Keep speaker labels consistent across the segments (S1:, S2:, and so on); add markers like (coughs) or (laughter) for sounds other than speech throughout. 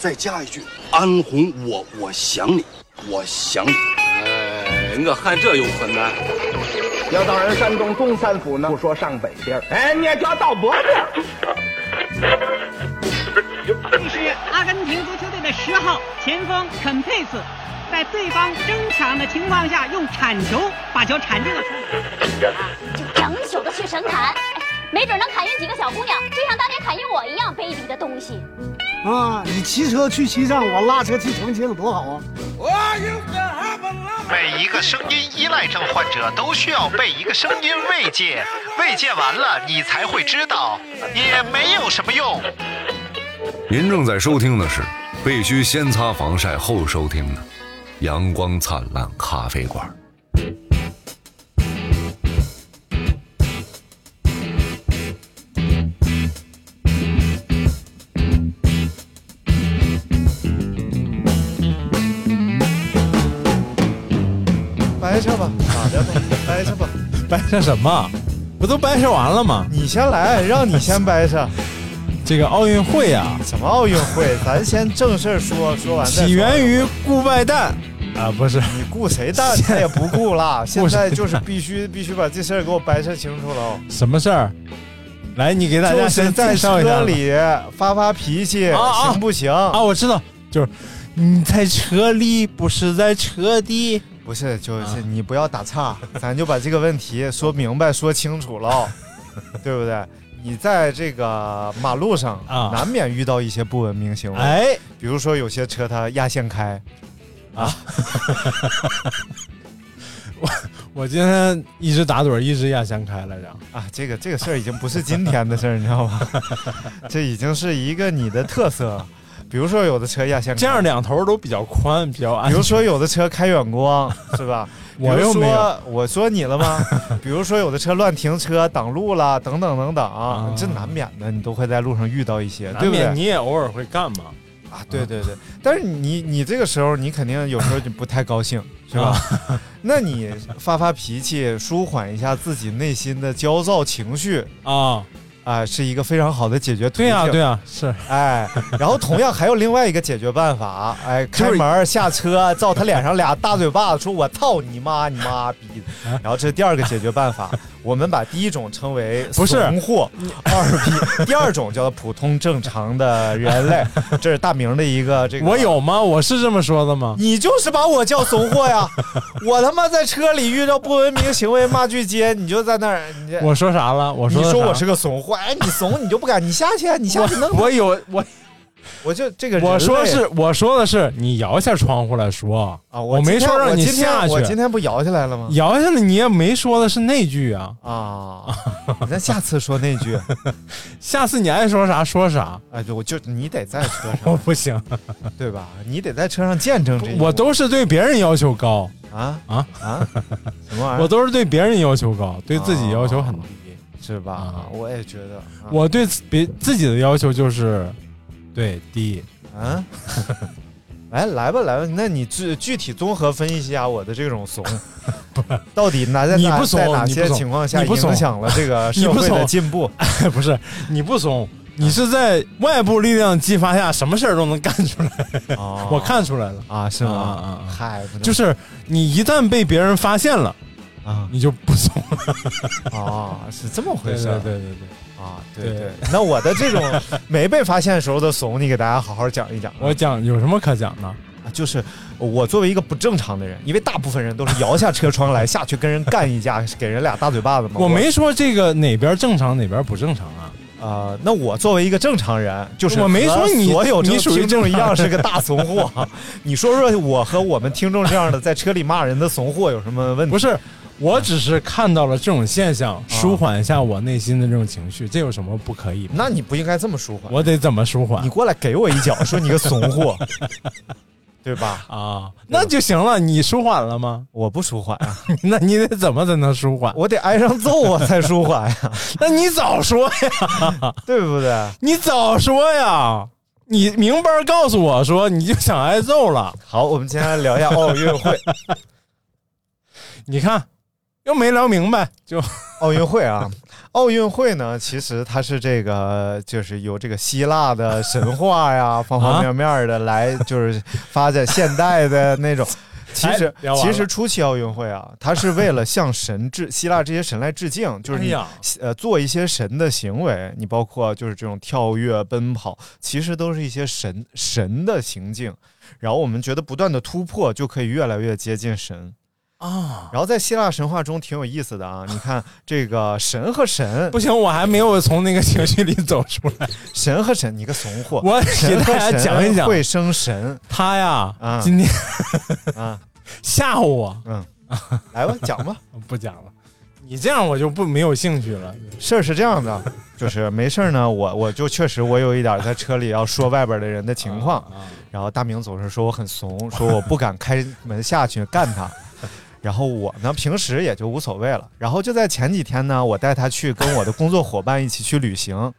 S1: 再加一句：“安红，我我想你，我想你。
S2: 哎，我看这有困难。
S3: 要到人山东东三府呢，不说上北边儿，哎，你也叫到北边儿。
S4: 阿根廷足球队的十号前锋肯佩斯，在对方争抢的情况下，用铲球把球铲进了出门。
S5: 就整宿的去神砍，哎没准能砍晕几个小姑娘，就像当年砍晕我一样卑鄙的东西。
S6: 啊，你骑车去西藏，我拉车去重庆，多好啊！
S7: 每一个声音依赖症患者都需要被一个声音慰藉，慰藉完了，你才会知道，也没有什么用。
S8: 您正在收听的是必须先擦防晒后收听的《阳光灿烂咖啡馆》。
S9: 掰扯吧，咋的吧？掰扯吧，
S10: 掰扯什么？不都掰扯完
S9: (laughs)
S10: 了吗？
S9: 你先来，让你先掰扯。
S10: 这个奥运会呀、
S9: 什么奥运会？咱先正事儿说，说完再说
S10: 起源于顾拜旦啊，不是
S9: 你顾谁蛋，咱也不顾了。现
S10: 顾谁
S9: 在就是必须必须把这事儿给我掰扯清楚了哦。
S10: 什么事儿？来，你给大
S9: 就
S10: 家
S9: 是
S10: 先
S9: 在
S10: 介绍一
S9: 车
S10: 下吧
S9: 里发发脾气，
S10: 啊啊
S9: 行不行？
S10: 啊，我知道，就是你在车里，不是在车底。
S9: 不是，就是你不要打岔，咱就把这个问题说明白、说清楚了
S10: (laughs)
S9: 哦，对不对？你在这个马路上
S10: 啊
S9: 难免遇到一些不文明行为，
S10: 哎，
S9: 比如说有些车它压线开，
S10: 我今天一直打盹儿，一直压箱开来着。
S9: 啊，这个这个事儿已经不是今天的事儿，你知道吗？ (laughs) 这已经是一个你的特色。比如说有的车压线开，
S10: 这样两头都比较宽，比较安
S9: 比
S10: 全。
S9: 如说有的车开远光，是吧？
S10: 我又
S9: 比
S10: 没有
S9: 如说，我说你了吗？比如说有的车乱停车挡路了，等等等等，
S10: 啊
S9: 这难免的，你都会在路上遇到一些，
S10: 难
S9: 对不对
S10: 免？你也偶尔会干嘛？
S9: 啊，对对
S10: (laughs)
S9: 对。但是你你这个时候，你肯定有时候就不太高兴，是吧？那你发发脾气，舒缓一下自己内心的焦躁情绪，
S10: 啊，
S9: 啊，是一个非常好的解决途径。
S10: 对呀、对呀、是
S9: 哎，然后同样还有另外一个解决办法，
S10: (laughs)
S9: 哎，开门儿下车，照他脸上俩大嘴巴子，说我操你妈，你妈逼的。然后这是第二个解决办
S10: (laughs)
S9: 法，我们把第一种称为
S10: 不是
S9: 怂货二逼，第二 (laughs) 种叫普通正常的人类，这是大明的一个这个。
S10: 我有吗？我是这么说的吗？
S9: 你就是把我叫怂货
S10: (laughs)
S9: 呀！我他妈在车里遇到不文明行为骂句街，你就在那儿，你
S10: 我说啥了？我说
S9: 你
S10: 的
S9: 说
S10: 啥
S9: 我是个怂货，哎，你怂你就不敢，你下去啊，你下去弄他。
S10: 我有我
S9: 我就这个人类，
S10: 我说是我说的是你摇下窗户来说
S9: 啊，
S10: 我
S9: 今
S10: 没
S9: 天
S10: 说让
S9: 我
S10: 你
S9: 今天
S10: 下
S9: 我今
S10: 去，
S9: 天不摇下来了吗？
S10: 摇下来你也没说的是那句啊。
S9: 啊，那下次说那句，
S10: 下次你爱说啥说啥，
S9: 哎，对，我就你得在车
S10: 我
S9: 上，
S10: 不行，
S9: 对吧？你得在车上见证这一幕，
S10: 我都是对别人要求高，
S9: 啊
S10: 啊
S9: 啊，什么玩意
S10: 我
S9: 儿？啊
S10: 都是对别人要求高，对自己要求很低。
S9: 是吧
S10: 啊？
S9: 我也觉得，啊
S10: 我对自别自己的要求就是对低。 (laughs)
S9: 啊，来来吧，来吧，那你具具体综合分析一下我的这种
S10: (laughs)
S9: 怂，到底哪在
S10: 你
S9: 哪
S10: 不怂
S9: 在哪
S10: 你不
S9: 些
S10: 怂
S9: 情况下
S10: 你不怂
S9: 影响了这个
S10: 你
S9: 社
S10: 不
S9: 会的
S10: 怂
S9: 进
S10: (laughs)
S9: 步？
S10: 不是你不怂，你是在外部力量激发下，什么事儿都能干出来。
S9: 哦
S10: 我看出来了，
S9: 啊，是
S10: 啊啊
S9: 吗
S10: 啊？啊
S9: 嗨，不能
S10: 就是你一旦被别人发现了，
S9: 啊
S10: 你就不怂了。
S9: 啊，是这么回事儿。
S10: 对对对，
S9: 啊，对
S10: 对
S9: 对。那我的这种 (laughs) 没被发现时候的怂，你给大家好好讲一讲啊。
S10: 我讲有什么可讲的？
S9: 啊就是我作为一个不正常的人，因为大部分人都是摇下车窗来下去跟人干一架，给人俩大嘴巴子嘛。
S10: 我没说这个哪边正常哪边不正常啊。
S9: 啊、那我作为一个正常人，就是
S10: 我没说你
S9: 和所有
S10: 你属
S9: (laughs)
S10: 于
S9: 听众一样
S10: 正常
S9: 是
S10: 人
S9: 个大怂
S10: (laughs)
S9: 货。你说说我和我们听众这样的在车里骂人的怂货有什么问题？
S10: 不是，我只是看到了这种现
S9: 啊
S10: 象，舒缓一下我内心的这种情绪，这有什么不可以？
S9: 那你不应该这么舒缓。
S10: 我得怎么舒
S9: 你
S10: 缓
S9: 过来给我一脚，说你个怂
S10: (laughs)
S9: 货，对吧？
S10: 啊？那就行了，你舒缓了吗？
S9: 我不舒缓啊，
S10: (laughs) 那你得怎么才能舒
S9: (laughs)
S10: 缓？
S9: 我得挨上揍我才舒缓呀、
S10: (laughs) 那你早说呀！
S9: 对不对？
S10: 你早说呀！你明白告诉我说你就想挨揍了， (laughs)
S9: 好，我们今天来聊一下奥运会。
S10: 你看又没聊明白，就
S9: 奥运会啊，奥运会呢，其实它是这个，就是由这个希腊的神话呀，方方面面的来，就是发展现代的那
S10: (laughs)
S9: 种。其实
S10: 哎聊，完了
S9: 其实初期奥运会啊，它是为了向神致希腊这些神来致敬，就是你
S10: 哎呀
S9: 呃做一些神的行为，你包括就是这种跳跃、奔跑，其实都是一些神神的行径。然后我们觉得不断的突破，就可以越来越接近神。
S10: 啊，
S9: 然后在希腊神话中挺有意思的
S10: (laughs)
S9: 啊，你看这个神和神，
S10: 不行，我还没有从那个情绪里走出来。
S9: 神和神，你个怂货，
S10: 我给
S9: 神和
S10: 大家
S9: 神
S10: 讲一讲
S9: 会生神
S10: (laughs) 他呀，
S9: 啊
S10: 今天
S9: 啊，
S10: (laughs) 吓唬我，
S9: 来吧，讲吧。
S10: 不讲了。你这样我就不没有兴趣了。
S9: 事儿是这样的， (laughs) 就是没事儿呢，我我就确实我有一点在车里要说外边的人的情况，然后大明总是说我很怂， (laughs) 说我不敢开门下去干他。然后我呢，平时也就无所谓了。然后就在前几天呢，我带他去跟我的工作伙伴一起去旅行。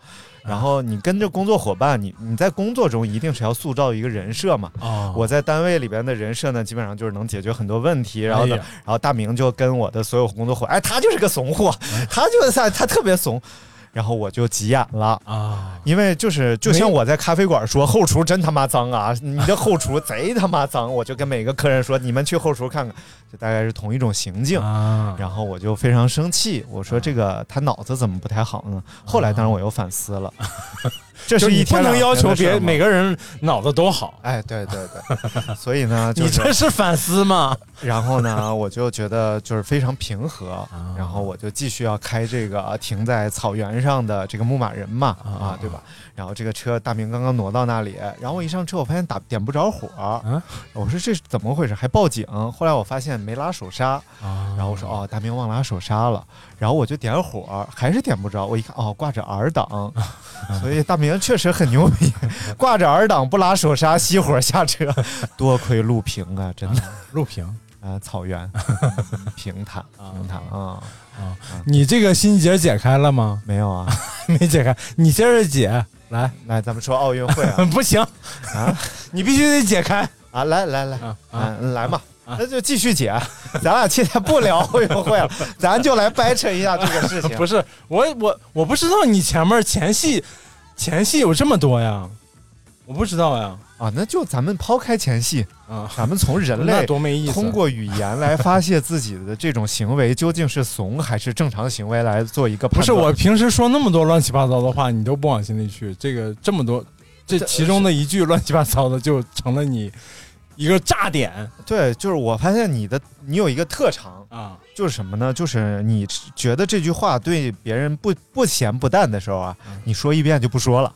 S9: 然后你跟着工作伙伴，你你在工作中一定是要塑造一个人设嘛。
S10: 哦
S9: 我在单位里边的人设呢，基本上就是能解决很多问题。然后呢，
S10: 哎呀
S9: 然后大明就跟我的所有工作伙伴，哎，他就是个怂货，
S10: 哎
S9: 他就是他他特别怂。然后我就急眼了，
S10: 啊，
S9: 因为就是就像
S10: 没
S9: 我在咖啡馆说后厨真他妈脏啊，你的后厨贼他妈脏，我就跟每个客人说你们去后厨看看，就大概是同一种行径。
S10: 啊
S9: 然后我就非常生气，我说这个他脑子怎么不太好呢？后来当然我又反思
S10: (laughs)
S9: 了，这
S10: 就是
S9: 一
S10: 你不
S9: 天
S10: 能要求别每
S9: 个。
S10: 个人脑子都好，
S9: 哎，对对
S10: (laughs)
S9: 对，所以呢，就
S10: 你这
S9: 是，
S10: 啊是反思吗？
S9: 然后呢，我就觉得就是非常平和，然后我就继续要开这个停在草原上的这个牧马人嘛，啊，对吧？然后这个车大明刚刚挪到那里，然后我一上车，我发现打点不着火，
S10: 嗯
S9: 我说这是怎么回事？还报警？后来我发现没拉手刹，
S10: 啊
S9: 然后我说哦，大明忘拉手刹了，然后我就点火，还是点不着。我一看哦，挂着 R (laughs) 档，所以大明确实很牛逼， (laughs) 挂着 R 档不拉手刹熄火下车， (laughs) 多亏路平啊，真的
S10: 录屏。
S9: 啊，草原
S10: (laughs)
S9: 平坦平坦啊，
S10: 你这个心结解开了吗？ (laughs)
S9: 没有啊。
S10: 没解开，你接着解来。
S9: 来，咱们说奥运会啊
S10: (laughs) 不行，
S9: 啊
S10: (laughs) 你必须得解开。
S9: 啊，来来来
S10: 啊，啊
S9: 嗯，来嘛。那就继续解，啊咱俩现在不聊奥运会
S10: (laughs)
S9: 了，咱就来掰扯一下这个事情。
S10: 不是我我我不知道你前面前戏前戏有这么多呀，我不知道呀
S9: 啊，那就咱们抛开前戏，
S10: 啊，
S9: 咱们从人
S10: 那
S9: 类
S10: 多没意思。啊
S9: 通过语言来发泄自己的这种行为究竟是怂还是正常行为来做一个判断。
S10: 不是我平时说那么多乱七八糟的话，你都不往心里去，这个这么多这
S9: 这
S10: 其中的一句乱七八糟的就成了你一个炸点
S9: 对，就是我发现你的你有一个特长，
S10: 啊
S9: 就是什么呢？就是你觉得这句话对别人不不咸不淡的时候啊，你说一遍就不说了。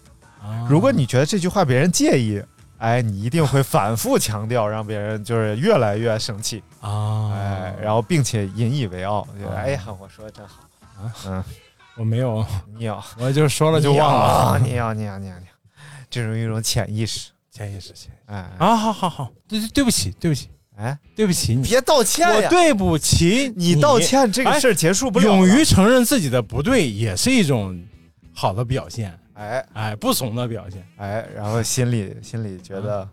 S9: 如果你觉得这句话别人介意，哎，你一定会反复强调，让别人就是越来越生气，
S10: 啊，
S9: 哎，然后并且引以为傲，觉得哎呀，我说的真好，嗯，
S10: 我没有，
S9: 你有，
S10: 我就说了就忘了，
S9: 你有，你有，你有，你有，这种一种潜意识。
S10: 潜意识潜意
S9: 哎
S10: 识啊，好好好，对对对不起对不起
S9: 哎，
S10: 对不起你，
S9: 别道歉
S10: 我
S9: 呀！
S10: 对不起
S9: 你道歉这个事儿结束不了了。
S10: 勇于承认自己的不对也是一种好的表现，
S9: 哎
S10: 哎，不怂的表现。
S9: 哎，然后心里心里觉得，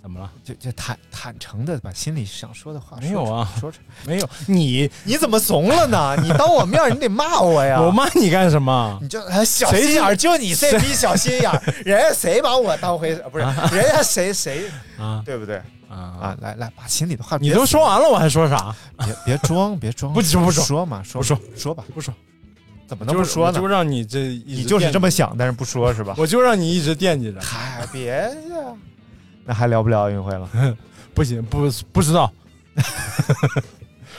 S10: 怎么了？
S9: 就就坦坦诚的把心里想说的话说
S10: 没有啊
S9: 出说出来。
S10: 没有你，
S9: 你怎么怂了呢？你当我面儿你得骂我哎呀！
S10: (laughs) 我骂你干什么？
S9: 你就哎小心眼儿，就你这逼小心
S10: (laughs)
S9: 眼儿，人家谁把我当回事？不是，人家谁谁
S10: 啊
S9: 对不对？
S10: 啊
S9: 啊！！来来，把心里的话
S10: 你
S9: 别
S10: 都说完了，我还说啥？
S9: 别别装别装，
S10: (laughs) 不说不说
S9: 说嘛，说
S10: 不说
S9: 说吧，
S10: 不说，
S9: 怎么能
S10: 就
S9: 不
S10: 是
S9: 说呢
S10: 就？让你这一直
S9: 你就是这么
S10: 惦
S9: 想，但是不说是吧
S10: 记，？我就让你一直惦记着。
S9: 嗨，别
S10: (laughs)
S9: 呀！那还聊不聊奥运会了？
S10: 不行，不不知道， (laughs)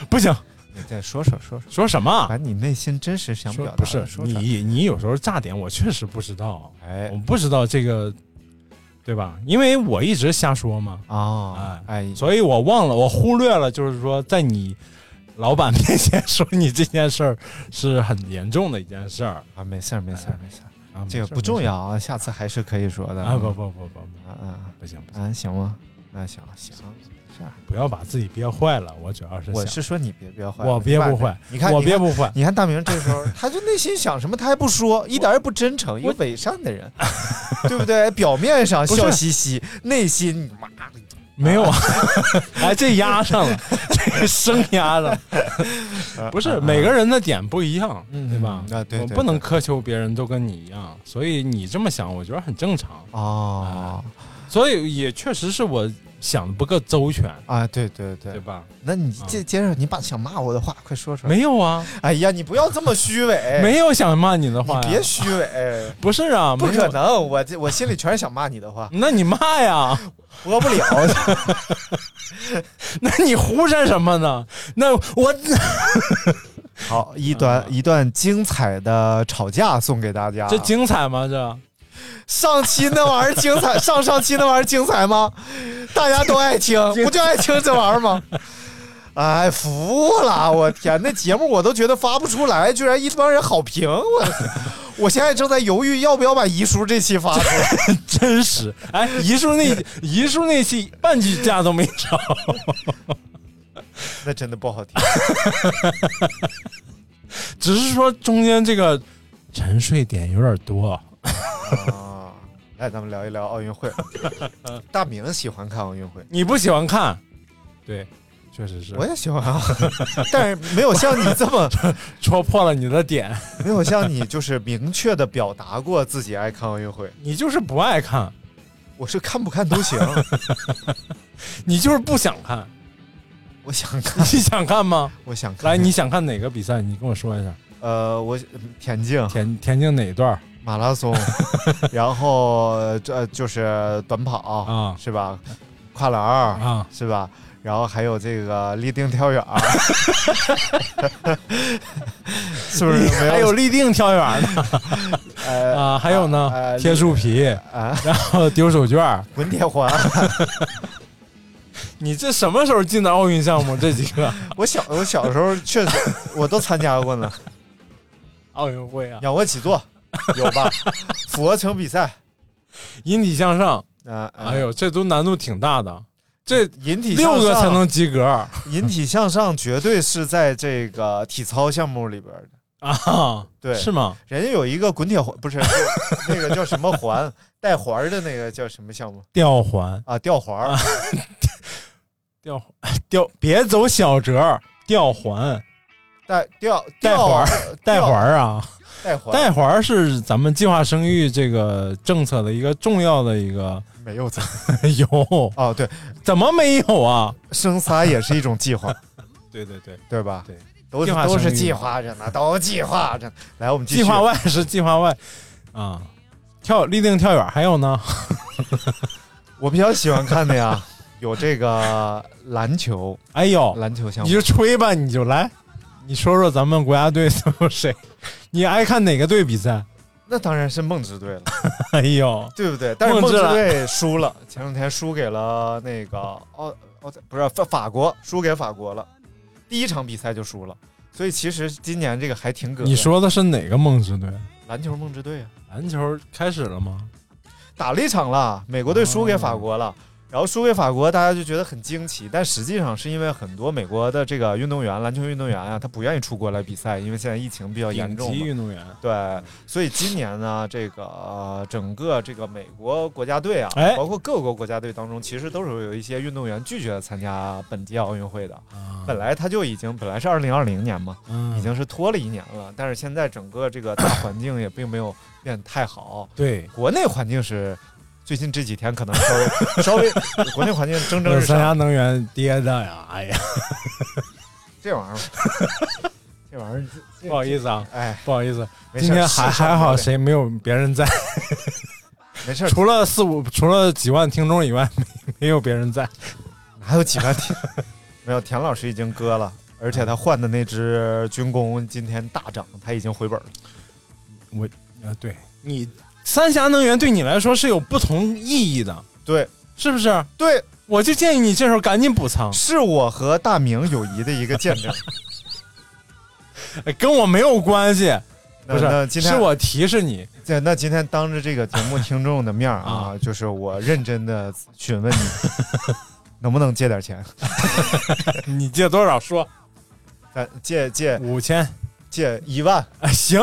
S10: 不行，
S9: (laughs) 你再说说说说，
S10: 说什么啊
S9: 把？你内心真实哎想
S10: 说
S9: 表达的
S10: 不是
S9: 说出来
S10: 你，你有时候炸点，我确实不知道，
S9: 哎
S10: 我不知道这个，对吧？因为我一直瞎说嘛，
S9: 哦，哎，
S10: 所以我忘了，我忽略了，就是说，在你老板面前 (laughs) 说你这件事儿是很严重的一件事儿
S9: 啊，没事儿没事儿没事儿，
S10: 啊，
S9: 这个
S10: 没事儿
S9: 不重要嗯啊，下次还是可以说的
S10: 啊，不不不不不，
S9: 啊啊
S10: 不行不行，
S9: 啊，行吗？那行行，这样，
S10: 不要把自己憋坏了，我主要是
S9: 我
S10: 想，
S9: 是说你别憋坏，
S10: 我憋不坏，
S9: 你看
S10: 我
S9: 你
S10: 憋
S9: 看
S10: 不坏，
S9: 你看大明这时候，他就内心想什么，他还不说，一点也不真诚，一个
S10: (laughs)
S9: 伪善的人，对不对？表面上
S10: 不是
S9: 笑嘻嘻，内心你妈
S10: 没有啊，哎，这压上了， (laughs) 这生压
S9: (laughs)
S10: 上了，不是每个人的点不一样，对吧？
S9: 嗯嗯啊对
S10: 我
S9: 对
S10: 不能苛求别人都跟你一样，所以你这么想，我觉得很正常。
S9: 哦
S10: 所以也确实是我想的不够周全，
S9: 啊，对对对
S10: 对，吧？啊
S9: 那你接接着，你把想骂我的话快说出来。
S10: 没有啊，
S9: 哎呀，你不要这么虚伪，
S10: 没有想骂你的话
S9: 哎你
S10: 呀，
S9: 别虚伪，
S10: 不是啊，
S9: 不
S10: 没
S9: 可
S10: 有，
S9: 能，我这我心里全是想骂你
S10: (laughs)
S9: 的话，
S10: 那你骂
S9: (laughs)
S10: 呀，
S9: 播不 (laughs) 了。
S10: 那你胡扯什么呢？那我
S9: 啊好，一段一段精彩的吵架送给大家。
S10: 这精彩吗？这
S9: 上期那玩意儿精彩，上上期那玩意儿精彩 (laughs) 吗？大家都爱听，不就爱听这玩意儿 (laughs) 吗？哎，服了！我天，那节目我都觉得发不出来，居然一帮人好评我。我现在正在犹豫要不要把遗书这期发出来。
S10: 真实哎，遗书那遗书那期半句价都没找，
S9: (laughs) 那真的不好听。
S10: 只是说中间这个沉睡点有点多。
S9: 啊，来，咱们聊一聊奥运 (laughs) 会。大明喜欢看奥运会，
S10: 你不喜欢看，对，确实是
S9: 我也喜欢啊，但是没有像你这么，
S10: 戳破了你的点，
S9: 没有像你就是明确的表达过自己爱看奥运会。
S10: 你就是不爱看，
S9: 我是看不看都行，
S10: 你就是不想
S9: (laughs)
S10: 看。
S9: 我想看，
S10: 你想看吗？
S9: 我想看。
S10: 来，你想看哪个比赛？你跟我说一下。
S9: 呃，我田径、
S10: 田田径哪一段儿？
S9: 马拉
S10: (laughs)
S9: 松，然后这、呃就是短跑
S10: 啊
S9: 是吧？跨栏儿
S10: 啊
S9: 是吧？然后还有这个立定跳
S10: (laughs)
S9: 远儿，是不是没有？
S10: 还有立定跳远呢，
S9: 呃
S10: (laughs) 啊，还有
S9: 呃
S10: 呢，贴树皮，
S9: 啊，
S10: (laughs) 然后丢手绢儿。
S9: 滚铁环。
S10: 你这什么时候进的奥运项目？这几个
S9: 我小我小时候确实我都参加过呢，
S10: (laughs) 奥运会啊，
S9: 仰卧起坐有吧？俯卧撑比赛，
S10: 引体向上，
S9: 啊，呃
S10: 哎，呦，这都难度挺大的，这
S9: 引体向
S10: 六个才
S9: 上
S10: 能及格
S9: (laughs) 引体向上绝对是在这个体操项目里边的。
S10: (laughs) 啊？
S9: 对
S10: 是吗？
S9: 人家有一个滚铁环，不是 (laughs) 那个叫什么环，带环儿的那个叫什么项目
S10: 吊环，
S9: 啊？吊环儿
S10: 啊吊 (laughs) 吊，别走小折儿，吊环，
S9: 带吊
S10: 带环
S9: 儿
S10: 带环儿啊，
S9: 带环儿
S10: 带环儿是咱们计划生育这个政策的一个重要的一个 (laughs)
S9: 没有错
S10: 有，
S9: 哦，对，
S10: 怎么没有啊？
S9: 生仨也是一种计 (laughs) 划，
S10: 对对对，
S9: 对吧？
S10: 对，
S9: 都是
S10: 计划
S9: 都是
S10: 生育
S9: 计划着呢，都计划着呢。来，我们继续
S10: 计划外是计划外啊，跳立定跳远还
S9: (laughs)
S10: 有呢，
S9: 我比较喜欢看的呀，有这个篮
S10: (laughs)
S9: 球，
S10: 哎呦，
S9: 篮球项
S10: 你
S9: 目。
S10: 就吹吧，你就来，你说说咱们国家队都有谁？ (laughs) 你爱看哪个队比赛？ (laughs)
S9: 那当然是梦之队了，
S10: 哎呦，
S9: 对不对？但是
S10: 梦
S9: 梦
S10: 之
S9: 之
S10: 了
S9: 队输
S10: (laughs)
S9: 了，前两天输给了那个奥奥不是法法国，输给法国了，第一场比赛就输了。所以其实今年这个还挺葛。
S10: 你说的是哪个梦之队？
S9: 篮球梦之队啊，
S10: 篮球开始了吗？
S9: 打了一场了，美国队输给法国了。
S10: 哦
S9: 然后输给法国，大家就觉得很惊奇，但实际上是因为很多美国的这个运动员，篮球运动员啊，他不愿意出国来比赛，因为现在疫情比较严
S10: 顶
S9: 重嘛。
S10: 级运动员。
S9: 对，所以今年呢，这个、呃整个这个美国国家队啊，
S10: 哎
S9: 包括各国国家队当中，其实都是有一些运动员拒绝参加本届奥运会的。本来他就已经本来是二零二零年嘛，
S10: 啊嗯
S9: 已经是拖了一年了，但是现在整个这个大环境也并没有变太好，
S10: 对，
S9: 国内环境是。最近这几天可能稍微 (laughs) 稍微，国内环境蒸蒸
S10: 那
S9: 日
S10: 三
S9: 上
S10: 峡，能源跌的呀！哎呀，
S9: 这玩意儿，这玩意儿，这
S10: 不好意思啊，
S9: 哎，
S10: 不好意思，
S9: 没事
S10: 今天还
S9: 世上
S10: 还好，
S9: 有
S10: 谁没有别人在？
S9: 没事儿，
S10: 除了四五，除了几万听众以外，没没有别人在。
S9: 哪有几万田？ (laughs) 没有，田老师已经割了，而且他换的那只军工今天大涨，他已经回本了。
S10: 啊，对你，三峡能源对你来说是有不同意义的，
S9: 对
S10: 是不是？
S9: 对，
S10: 我就建议你这时候赶紧补仓，
S9: 是我和大明友谊的一个见 (laughs) 证。
S10: 哎跟我没有关系，
S9: 那
S10: 不
S9: 那
S10: 是，
S9: 今天
S10: 是我提示你，
S9: 对那今天当着这个节目听众的面儿啊， (laughs) 就是我认真的询问你， (laughs) 能不能借点钱？
S10: 你借多少说
S9: 咱借借
S10: 五千，
S9: 借一万，
S10: 哎，行，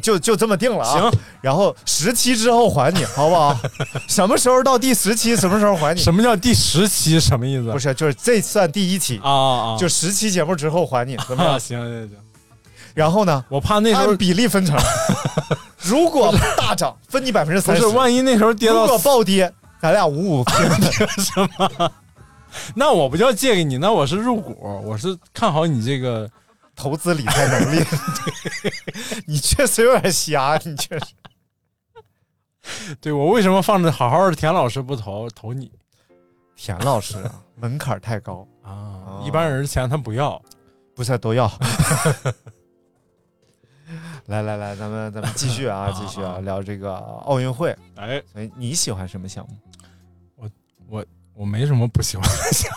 S9: 就就这么定了啊。
S10: 行，
S9: 然后十期之后还你，好不好？什么时候到第十期，什么时候还你？
S10: 什么叫第十期？什么意思？
S9: 不是，就是这算第一期，
S10: 啊啊啊！
S9: 就十期节目之后还你，怎么
S10: 啊，
S9: 样？
S10: 行行行，
S9: 然后呢，
S10: 我怕那时候
S9: 按比例分
S10: (laughs)
S9: 成，如果大涨分你百分之
S10: 不
S9: 三十，
S10: 是，万一那时候跌
S9: 如
S10: 到
S9: 果暴跌，咱俩五五平。
S10: 什么？那我不叫借给你，那我是入股，我是看好你这个。
S9: 投资理财能
S10: (laughs)
S9: 力，你确实有点瞎，你确实。
S10: 对我为什么放着好好的田老师不投，投你
S9: 田老师啊，门槛太高，
S10: 啊
S9: 哦
S10: 一般人钱他不要。
S9: 不是
S10: (laughs)
S9: 都要。来来来，咱们咱们继
S10: (laughs)
S9: 续啊，继续啊，聊这个奥运会。
S10: 哎，
S9: 所以你喜欢什么项目？
S10: 我没什么不喜欢的项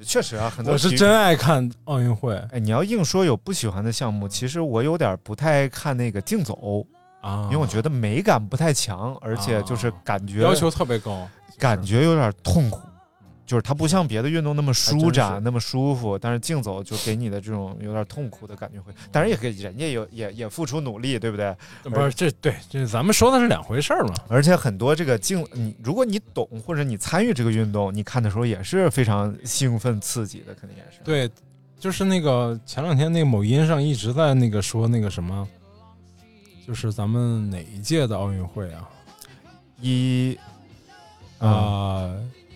S9: 确实啊，很
S10: 目，
S9: 多
S10: 我是
S9: 体育
S10: 真。爱看奥运会
S9: 哎，你要硬说有不喜欢的项目，其实我有点不太爱看那个竞走，
S10: 啊，
S9: 因为我觉得美感不太强，而且就是感觉
S10: 要求特别高，
S9: 感觉有点痛苦，就是它不像别的运动那么舒
S10: 还真
S9: 展
S10: 是、
S9: 那么舒服，但是竞走就给你的这种有点痛苦的感觉会，当然也给人家有也也付出努力，对不对？
S10: 不是这对这咱们说的是两回事儿嘛。
S9: 而且很多这个竞，你如果你懂或者你参与这个运动，你看的时候也是非常兴奋刺激的，肯定也是。
S10: 对，就是那个前两天那个某音上一直在那个说那个什么，就是咱们哪一届的奥运会啊？
S9: 一啊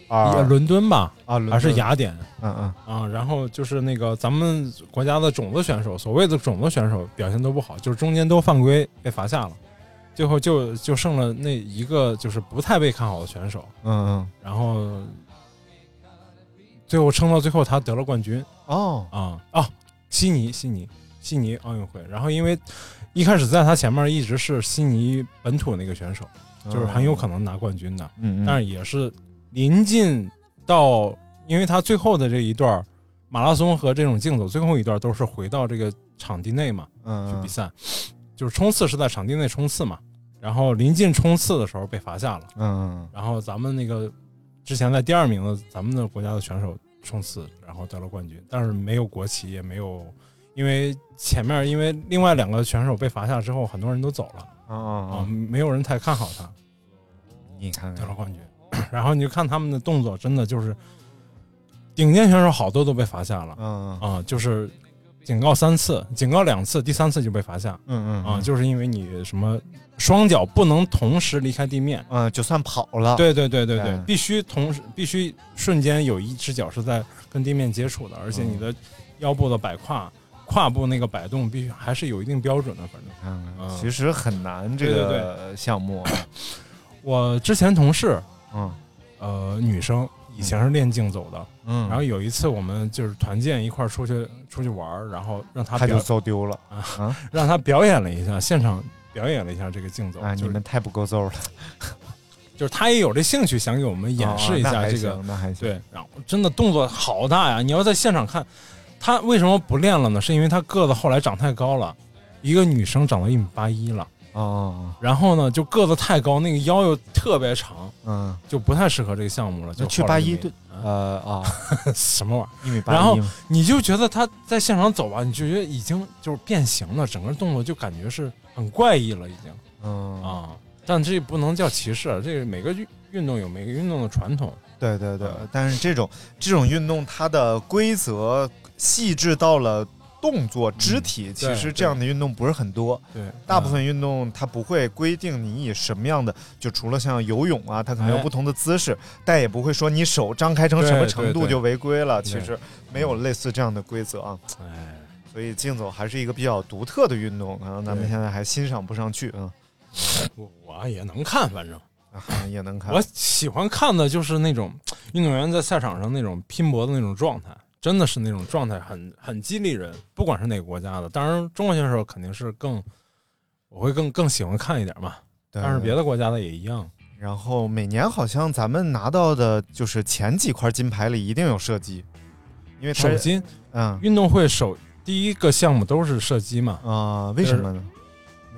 S10: 啊、也
S9: 二
S10: 伦敦吧，
S9: 啊，伦
S10: 还是
S9: 敦？
S10: 雅典
S9: 嗯嗯，
S10: 啊？然后就是那个咱们国家的种子选手，所谓的种子选手表现都不好，就是中间都犯规被罚下了，最后就就剩了那一个就是不太被看好的选手，
S9: 嗯嗯，
S10: 然后最后撑到最后他得了冠军。
S9: 哦，
S10: 啊啊，悉尼悉尼悉尼奥运会。然后因为一开始在他前面一直是悉尼本土那个选手，就是很有可能拿冠军的，
S9: 嗯嗯，嗯嗯，
S10: 但是也是临近到，因为他最后的这一段儿马拉松和这种竞走最后一段都是回到这个场地内嘛去
S9: 嗯
S10: 比赛，就是冲刺是在场地内冲刺嘛，然后临近冲刺的时候被罚下了。
S9: 嗯嗯
S10: 然后咱们那个之前在第二名的咱们的国家的选手冲刺，然后得了冠军，但是没有国旗，也没有，因为前面因为另外两个选手被罚下之后，很多人都走了
S9: 嗯嗯
S10: 啊，
S9: 嗯，
S10: 没有人太看好他
S9: 你看
S10: 得了
S9: 看，
S10: 冠军。
S9: 哦
S10: 然后你就看他们的动作，真的就是顶尖选手好多都被罚下了
S9: 嗯嗯
S10: 啊，就是警告三次，警告两次，第三次就被罚下
S9: 嗯嗯
S10: 啊，就是因为你什么双脚不能同时离开地面。
S9: 嗯，就算跑了，
S10: 对对对对对
S9: 对，
S10: 必须同时必须瞬间有一只脚是在跟地面接触的，而且
S9: 嗯
S10: 你的腰部的摆胯、胯部那个摆动必须还是有一定标准的。反正
S9: 看看，
S10: 嗯
S9: 其实很难这
S10: 对对
S9: 个项目啊，
S10: 我之前同事，
S9: 嗯
S10: 呃，女生以前是练竞走的，
S9: 嗯，
S10: 然后有一次我们就是团建一块儿出去出去玩儿，然后让她
S9: 他就
S10: 表
S9: 遭丢了
S10: 啊
S9: 啊
S10: 让她表演了一下，现场表演了一下这个竞走，
S9: 啊！
S10: 就
S9: 你
S10: 是
S9: 们太不够揍了，
S10: 就是她也有这兴趣，想给我们演示一
S9: 哦那
S10: 下
S9: 还
S10: 这个
S9: 行那还行，
S10: 对，然后真的动作好大呀！你要在现场看，她为什么不练了呢？是因为她个子后来长太高了，一个女生长到一米八一了，
S9: 哦，
S10: 然后呢就个子太高，那个腰又特别长，
S9: 嗯，
S10: 就不太适合这个项目了。
S9: 那
S10: 就
S9: 去
S10: 后来
S9: 八
S10: 就
S9: 一
S10: 没
S9: 对，
S10: 啊
S9: 呃啊，
S10: (laughs) 什么玩意儿？
S9: 一米
S10: 然
S9: 八
S10: 后
S9: 一，
S10: 你就觉得她在现场走吧，你就觉得已经就是变形了，整个动作就感觉是很怪异了，已经
S9: 嗯啊，
S10: 啊。但这不能叫歧视，啊这个每个运运动有每个运动的传统。
S9: 对对对，但是这种这种运动，它的规则细致到了。动作、肢体，其
S10: 对
S9: 实
S10: 对
S9: 这样的运动不是很多。
S10: 对，
S9: 大部分运动它不会规定你以什么样的，就除了像游泳啊，它可能有
S10: 哎
S9: 不同的姿势，但也不会说你手张开成什么
S10: 对
S9: 程
S10: 对
S9: 度
S10: 对
S9: 就违规了。
S10: 对
S9: 其实没有类似这样的规则啊。
S10: 哎。
S9: 所以竞走还是一个比较独特的运动，可能咱们
S10: 对
S9: 现在还欣赏不上去啊、
S10: 我我也能看，反正
S9: 嗯啊，也能看
S10: 我。喜欢看的就是那种运动员在赛场上那种拼搏的那种状态，真的是那种状态很很激励人，不管是哪个国家的。当然，中国选手肯定是更，我会更更喜欢看一点嘛。
S9: 对
S10: 但是别。的国家的也一样。
S9: 然后每年好像咱们拿到的就是前几块金牌里一定有射击，因为它
S10: 首金
S9: 嗯
S10: 运动会首第一个项目都是射击嘛？
S9: 啊、为什么呢？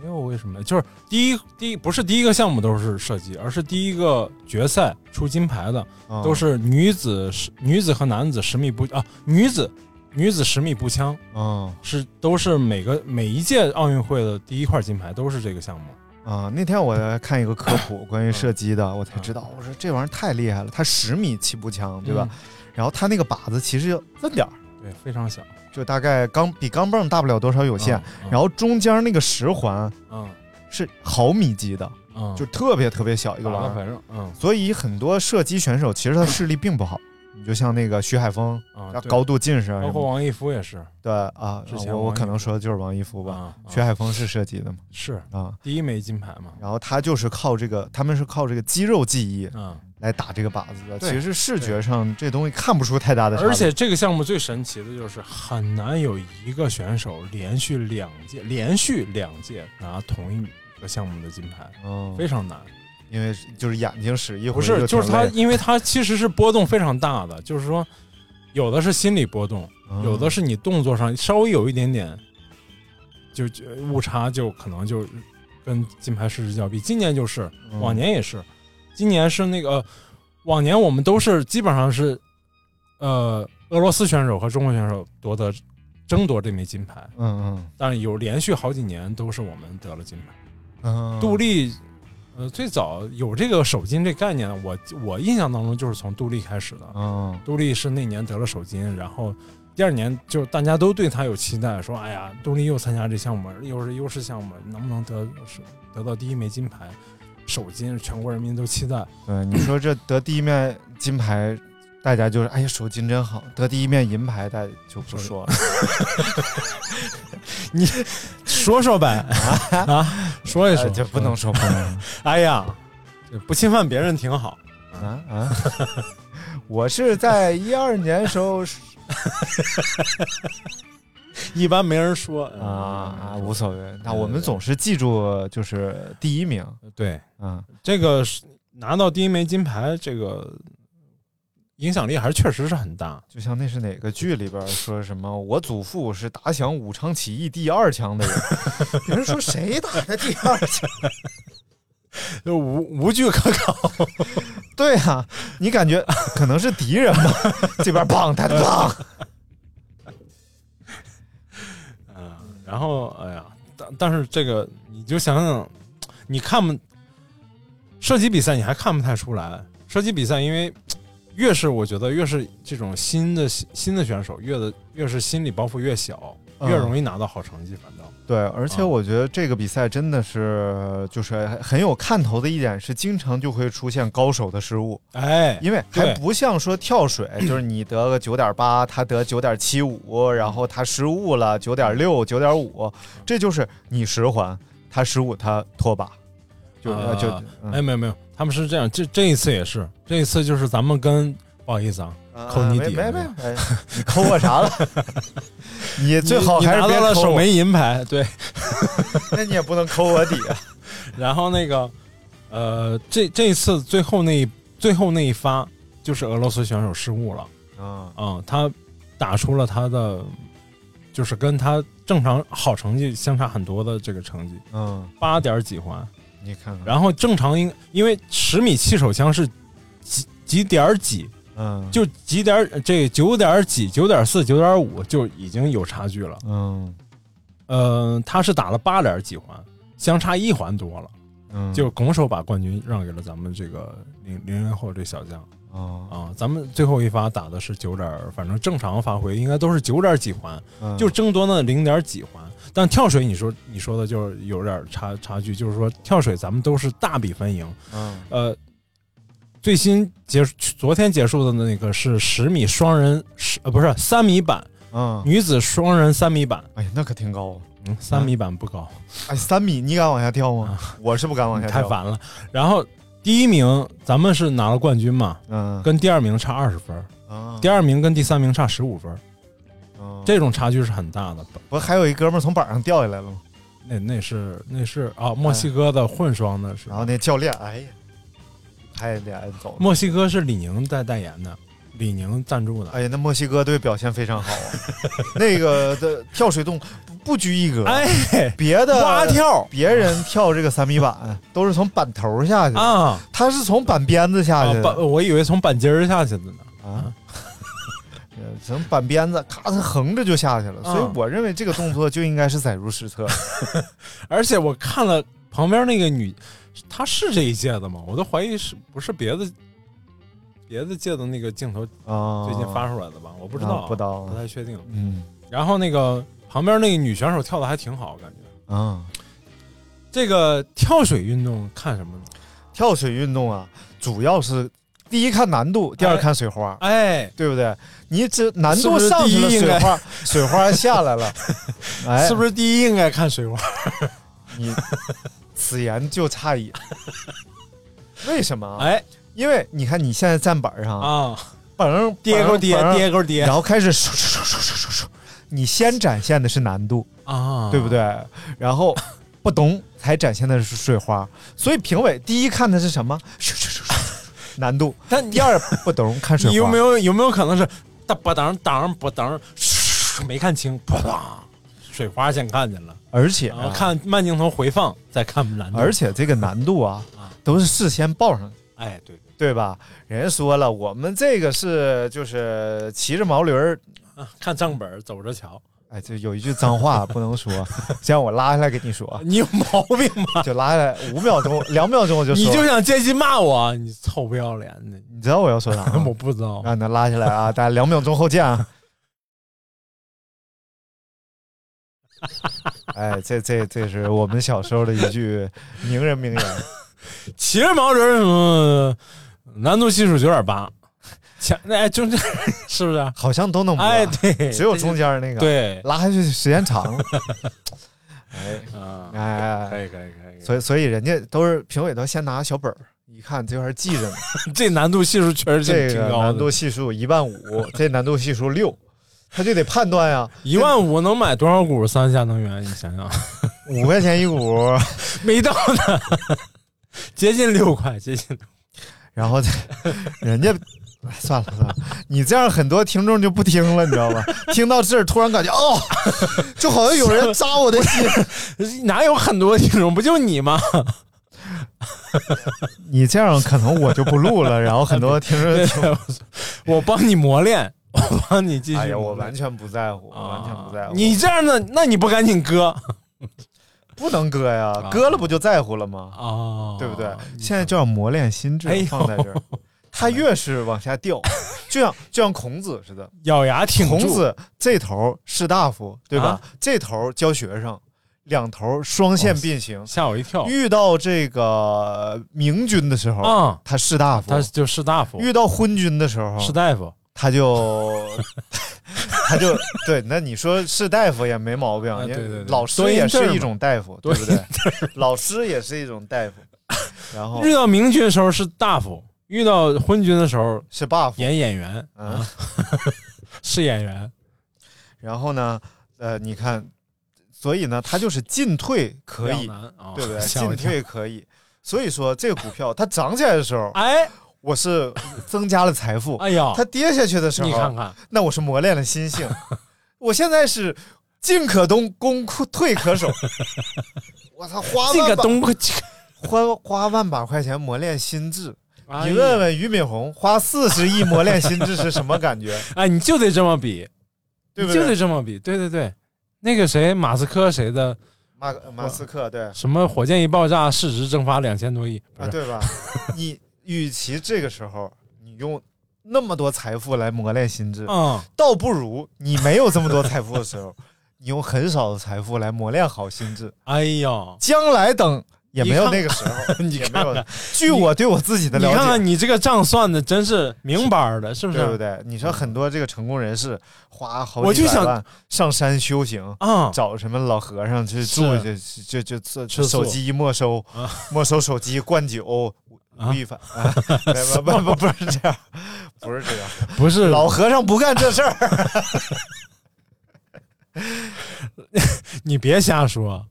S10: 没有为什么，就是第一第一不是第一个项目都是射击，而是第一个决赛出金牌的
S9: 啊
S10: 都是女子十女子和男子十米步啊，女子女子十米步枪
S9: 嗯
S10: 是都是每个每一届奥运会的第一块金牌都是这个项目。
S9: 啊，那天我看一个科
S10: (coughs)
S9: 普关
S10: 嗯
S9: 于射击的，我才知道，我说这玩意儿太厉害了，它十米气步枪，对吧？
S10: 嗯
S9: 然后它那个靶子其实就这么点儿，
S10: 对，非常小，
S9: 就大概钢比钢镚大不了多嗯少有限，
S10: 嗯
S9: 然后中间那个十环
S10: 嗯
S9: 是毫米级的，
S10: 嗯，
S9: 就特别特别小一个玩
S10: 打
S9: 意
S10: 个
S9: 儿。
S10: 反正嗯
S9: 所以很多射击选手其实他视力并不好，你就像那个徐海峰，
S10: 啊，
S9: 他
S10: 对
S9: 高度近视啊什么
S10: 包
S9: 的，
S10: 括王一夫也是
S9: 对啊
S10: 之，前
S9: 我我
S10: 王一
S9: 可能
S10: 博
S9: 说的就是王一夫吧。
S10: 啊，
S9: 徐
S10: 啊
S9: 海峰是射击的嘛
S10: 是
S9: 啊，
S10: 第一枚金牌嘛，
S9: 然后他就是靠这个，他们是靠这个肌肉记忆
S10: 嗯，
S9: 来打这个靶子的。
S10: 对
S9: 其实视觉上这东西看不出太大的差别，
S10: 而且这个项目最神奇的就是很难有一个选手连续两届连续两届拿同一个项目的金牌，
S9: 嗯，
S10: 非常难。
S9: 因为就是眼睛使一回
S10: 不是，就是
S9: 他
S10: 它，，因为它其实是波动非常大的，就是说，有的是心理波动，
S9: 嗯
S10: 有的是你动作上稍微有一点点就就误差，就可能就跟金牌失之交臂。今年就是，
S9: 嗯
S10: 往年也是，今年是那个、呃往年我们都是基本上是呃俄罗斯选手和中国选手夺得争夺这枚金牌，
S9: 嗯
S10: 但是有连续好几年都是我们得了金牌。
S9: 嗯嗯，
S10: 杜丽，呃，最早有这个手巾这概念，我我印象当中就是从杜丽开始的。
S9: 嗯
S10: 杜丽是那年得了首金，然后第二年就大家都对她有期待，说哎呀，杜丽又参加这项目，又是优势项目，能不能得是得到第一枚金牌？首金，全国人民都期 (laughs) 待。
S9: 对，你说这得第一面金牌，大家就是哎呀手筋真好；得第一面银牌，大家就不说
S10: (laughs)
S9: 了。
S10: 说说呗， (laughs) 啊，说一嗯说，
S9: 哎就不能。说不能
S10: 哎呀，不侵犯别人挺好。
S9: 啊啊！ (laughs) 我是在一二年时候
S10: (laughs)
S9: 是
S10: 一般没人说哎
S9: 啊啊，无所谓。那我们总是记住就是第一名
S10: 对，
S9: 啊，
S10: 这个是拿到第一枚金牌，这个影响力还是确实是很大。
S9: 就像那是哪个剧里边说什么我祖父是打响武昌起义第二枪的人， (laughs) 有人说谁打的第二枪？ (laughs)
S10: 就无无据可考。
S9: 对啊，你感觉可能是敌人吧？ (laughs) 这边砰，他砰。
S10: 嗯，然后哎呀，但但是这个你就想想，你看不射击比赛，你还看不太出来。射击比赛，因为越是我觉得越是这种新的新的选手，越的越是心理包袱越小，越
S9: 嗯
S10: 容易拿到好成绩。反倒
S9: 对，而且
S10: 啊
S9: 我觉得这个比赛真的是就是很有看头的一点是，经常就会出现高手的失误，
S10: 哎，
S9: 因为还
S10: 对
S9: 不像说跳水，就是你得个九点八，他得九点七五，然后他失误了九点六、九点五，这就是你十环，他失误他脱靶，就、
S10: 啊
S9: 就嗯
S10: 哎，没有没有，他们是这样，这这一次也是，这一次就是咱们跟不好意 (laughs) 思啊，抠你底
S9: 没没没，哎你抠我啥了？ (laughs) 你最好
S10: 你
S9: 还是
S10: 拿
S9: 别
S10: 到了
S9: 抠
S10: 首
S9: 我，
S10: 枚银牌，对。
S9: 那你也不能抠我底啊。
S10: 然后那个，呃，这这一次最后那一最后那一发，就是俄罗斯选手失误了，
S9: 啊
S10: 嗯，他打出了他的，就是跟他正常好成绩相差很多的这个成绩，
S9: 嗯，
S10: 八点几环。
S9: 你看看，
S10: 然后正常应因为十米气手枪是几几点儿几，
S9: 嗯，
S10: 就几点儿这九点儿几、九点四、九点五就已经有差距了。
S9: 嗯
S10: 呃，他是打了八点儿几环，相差一环多了。
S9: 嗯
S10: 就拱手把冠军让给了咱们这个零零零后这小将
S9: 啊，
S10: 啊。咱们最后一发打的是九点儿，反正正常发挥应该都是九点儿几环，
S9: 嗯
S10: 就争夺那零点儿几环。但跳水，你说你说的就是有点儿差差距，就是说跳水咱们都是大比分赢。
S9: 嗯
S10: 呃，最新结束昨天结束的那个是十米双人十呃不是三米板
S9: 嗯，
S10: 女子双人三米板，
S9: 哎，那可挺高啊。
S10: 嗯，三米板不高。
S9: 哎，三米，你敢往下跳吗？我是不敢往下
S10: 啊太
S9: 跳。
S10: 烦了。然后第一名咱们是拿了冠军嘛，
S9: 嗯，
S10: 跟第二名差二十分，
S9: 啊
S10: 第二名跟第三名差十五分，
S9: 嗯
S10: 这种差距是很大的。
S9: 不还有一哥们儿从板上掉下来了吗？
S10: 那那是那是啊，墨西哥的混双的是
S9: 然，后那教练，哎呀，拍脸走了。
S10: 墨西哥是李宁在代言的，李宁赞助的。
S9: 哎呀，那墨西哥队表现非常好啊， (laughs) 那个的跳水动不不拘一格，
S10: 哎，
S9: 别的
S10: 蛙跳
S9: 别人跳这个三米板都是从板头下去的，
S10: 啊，
S9: 他是从板边子下
S10: 啊
S9: 去的
S10: 板，我以为从板筋儿下去的呢。
S9: 啊。呃 (laughs) 从板鞭子咔，他横着就下去了。所以
S10: 嗯
S9: 我认为这个动作就应该是载入史
S10: (laughs)
S9: 册。
S10: 而且我看了旁边那个女，她是这一届的吗？我都怀疑是不是别的别的届的那个镜头
S9: 啊，
S10: 最近发出来的吧？我不知道啊，
S9: 啊不知道
S10: 不太确定。
S9: 嗯
S10: 然后那个旁边那个女选手跳的还挺好，感觉。
S9: 啊，
S10: 这个跳水运动看什么呢？
S9: 跳水运动啊，主要是第一看难度，第二看水花。
S10: 哎，
S9: 对不对？你这难
S10: 是
S9: 度
S10: 不是
S9: 上去了，
S10: 第一应
S9: 水
S10: 该
S9: 花水花下来了，哎，
S10: (laughs) 是不是第一应该看水花？
S9: 你此言就差
S10: (laughs)
S9: 矣。为什么啊？
S10: 哎
S9: 因为你看你现在站板上，
S10: 啊，
S9: 嘣
S10: 跌勾跌，
S9: 嘣
S10: 跌勾跌
S9: 然后开始唰唰唰唰唰唰唰，你先展现的是难度，
S10: 啊，
S9: 对不？对？然后不懂才展现的是水花，所以评委第一看的是什么？唰唰唰唰唰难度。
S10: 但
S9: (laughs)
S10: 你
S9: 第二不懂看水花，
S10: 你有没有有没有可能是大不当当不当，没看清，不当水花先看见了，
S9: 而且
S10: 然
S9: 啊、
S10: 后哦看慢镜头回放再看难度。
S9: 而且这个难度啊
S10: 啊，
S9: 都是事先报上去的。
S10: 哎，对，
S9: 对吧？人家说了，我们这个是就是骑着毛驴儿，
S10: 啊看账本儿走着瞧，
S9: 哎，就有一句脏话不能
S10: (laughs)
S9: 说，这样我拉下来给你说，
S10: 你有毛病吧？
S9: 就拉下来五秒
S10: (laughs)
S9: 钟、两秒钟我 (laughs) 就说，
S10: 你就想借机骂我，你臭不要脸的！
S9: 你知道我要
S10: (laughs)
S9: 说啥吗？
S10: 我不知道，
S9: 让你拉下来
S10: (laughs)
S9: 啊！大家两秒钟后见啊！哎，这这这是我们小时候的一句名人名言。
S10: 骑着毛驴儿什么难度系数九点八，前哎中间 (laughs) 是不是？
S9: 好像都能播，
S10: 哎，对，
S9: 只有中间啊那个，，
S10: 对，
S9: 拉下去时间
S10: (laughs)
S9: 长了。哎
S10: 啊
S9: 哎，哎，
S10: 可以可以可以，
S9: 所以所以人家都是评委都先拿小本儿，一看这块儿记着
S10: (laughs)
S9: 呢，
S10: 这难度系数确实挺
S9: 这
S10: 挺
S9: 个
S10: 高
S9: 难度
S10: 的，
S9: 系数一万五， (laughs) 这难度系数六，他就得判断呀，
S10: 一万五能买多少股三峡能源？你想想，
S9: 五块钱一股，
S10: 没到呢，接近六块，接近六
S9: 然后这人家。哎算了算了，你这样很多听众就不听了，你知道吗？ (laughs) 听到这儿突然感觉哦，就好像有人扎我的
S10: (laughs)
S9: 心。
S10: 块，哪有很多听众？不就你
S9: (laughs)
S10: 吗？
S9: 你这样可能我就不录了，然后很多听众
S10: (laughs)
S9: 就
S10: 我帮你磨练，我帮你继续磨
S9: 哎呀，
S10: 练。
S9: 我完全不在乎，
S10: 啊
S9: 完全不在乎。
S10: 你这样的，那你不赶紧割
S9: 不能割呀，割了不就在乎了吗？
S10: 啊
S9: 哦对不对？现在就要磨练心智
S10: 哎，呦
S9: 放在这 (laughs) 儿，他越是往下 (laughs) 掉，就像就像孔子似的，
S10: 咬牙挺住。
S9: 孔子这头士大夫，对吧
S10: 啊？
S9: 这头教学生，两头双线并行。
S10: 吓我一跳
S9: 遇到这个明君的时候，
S10: 啊！
S9: 他士大夫
S10: 他；就是大夫，
S9: 遇到昏君的时候，
S10: 士大夫，
S9: 他就 (laughs) 他就对，那你说是大夫也没毛病，
S10: 啊
S9: 因为
S10: 对对对
S9: 老
S10: 多
S9: 师
S10: 音
S9: 也
S10: 字儿
S9: 是一
S10: 嘛
S9: 种大夫，对不
S10: 多
S9: 对？ (laughs) 老师也是一种大夫，然后
S10: 遇到明君的时候是大夫，遇到昏君的时候
S9: 是 buff，
S10: 演演员，啊
S9: 嗯，
S10: (laughs) 是演员。
S9: 然后呢，呃，你看，所以呢，它就是进退可以
S10: 两，难啊，
S9: 对不对？
S10: 吓我
S9: 进
S10: 一跳。
S9: 退可以。所以说，这个股票它涨起来的时候，
S10: 哎
S9: 我是增加了财富；
S10: 哎呀，
S9: 它跌下去的时
S10: 你看
S9: 候，
S10: 看，
S9: 那我是磨练了心 (laughs) 性。我现在是进可攻，攻可退可守。 (laughs) 我操，花
S10: 这
S9: 万
S10: 个
S9: 把
S10: 东，
S9: 花花万把块钱磨练心智。
S10: 哎
S9: 你问问俞敏洪花四十亿磨练心智是什么感 (laughs) 觉？
S10: 哎，你就得这么比，
S9: 对不
S10: 你就得
S9: 对？
S10: 这么比，对对对。那个谁，马斯克谁的
S9: 马马斯克对
S10: 什么火箭一爆炸，市值蒸发两千多亿，不
S9: 啊，
S10: 是
S9: 对 (laughs) 吧？你与其这个时候你用那么多财富来磨练心智，
S10: 嗯，
S9: 倒不如你没有这么多财富的时候， (laughs) 你用很少的财富来磨练好心智。
S10: 哎呦，
S9: 将来等也没有那个时候，
S10: (laughs) 你
S9: (laughs) 也
S10: 看
S9: 没有
S10: 看，
S9: 据我对我自己的
S10: 你
S9: 了解，
S10: 看看你这个账算的真是明白儿的，是不是？嗯
S9: 对不对？你说很多这个成功人士花好
S10: 我
S9: 几
S10: 就
S9: 百
S10: 想
S9: 万上山修行。
S10: 啊，
S9: 找什么老和尚去住去，就就就
S10: 吃
S9: 就
S10: 素
S9: 手机没收
S10: 啊，
S9: 没收手机，灌酒，吴
S10: 啊
S9: 亦凡，啊不不不不是这样，不是这样，
S10: 不是
S9: 老和尚不干这事儿。
S10: 你别瞎说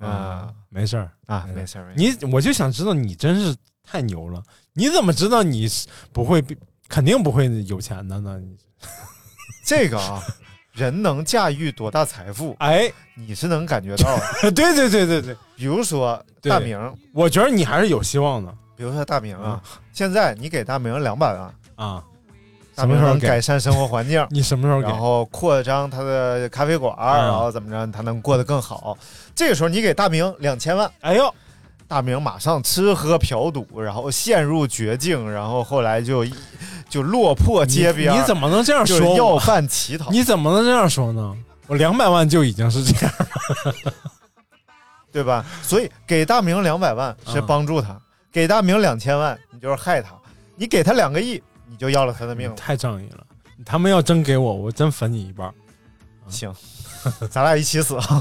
S9: 啊，
S10: 没事儿。
S9: 啊，没事儿没事儿，
S10: 你我就想知道，你真是太牛了，你怎么知道你是不会比肯定不会有钱的呢？你
S9: 这个啊，人能驾驭多大财富，
S10: 哎， (laughs)
S9: 你是能感觉到的。
S10: 对对对对对，
S9: 比如说
S10: 对
S9: 大明，
S10: 我觉得你还是有希望的嗯
S9: 比如说大明啊，现在你给大明两百万，
S10: 啊。
S9: 大
S10: 什么
S9: 明
S10: 时候
S9: 能
S10: 给，
S9: 改善生活环境
S10: 你什么时候给
S9: 然？后扩张他的咖啡馆，
S10: 嗯
S9: 然后怎么着他能过得更好。这个时候你给大明两千万，
S10: 哎呦，
S9: 大明马上吃喝嫖赌，然后陷入绝境，然后后来就就落魄街边，
S10: 你你怎么能这样
S9: 就是
S10: 说
S9: 要
S10: 我？
S9: 饭乞讨，
S10: 你怎么能这样说呢？我两百万就已经是这样，
S9: 对吧？所以给大明两百万
S10: 嗯
S9: 是帮助他，给大明两千万你就是害他，你给他两个亿你就要了他的命了。
S10: 太仗义了。他们要真给我，我真分你一半。
S9: 行， (laughs) 咱俩一起死啊！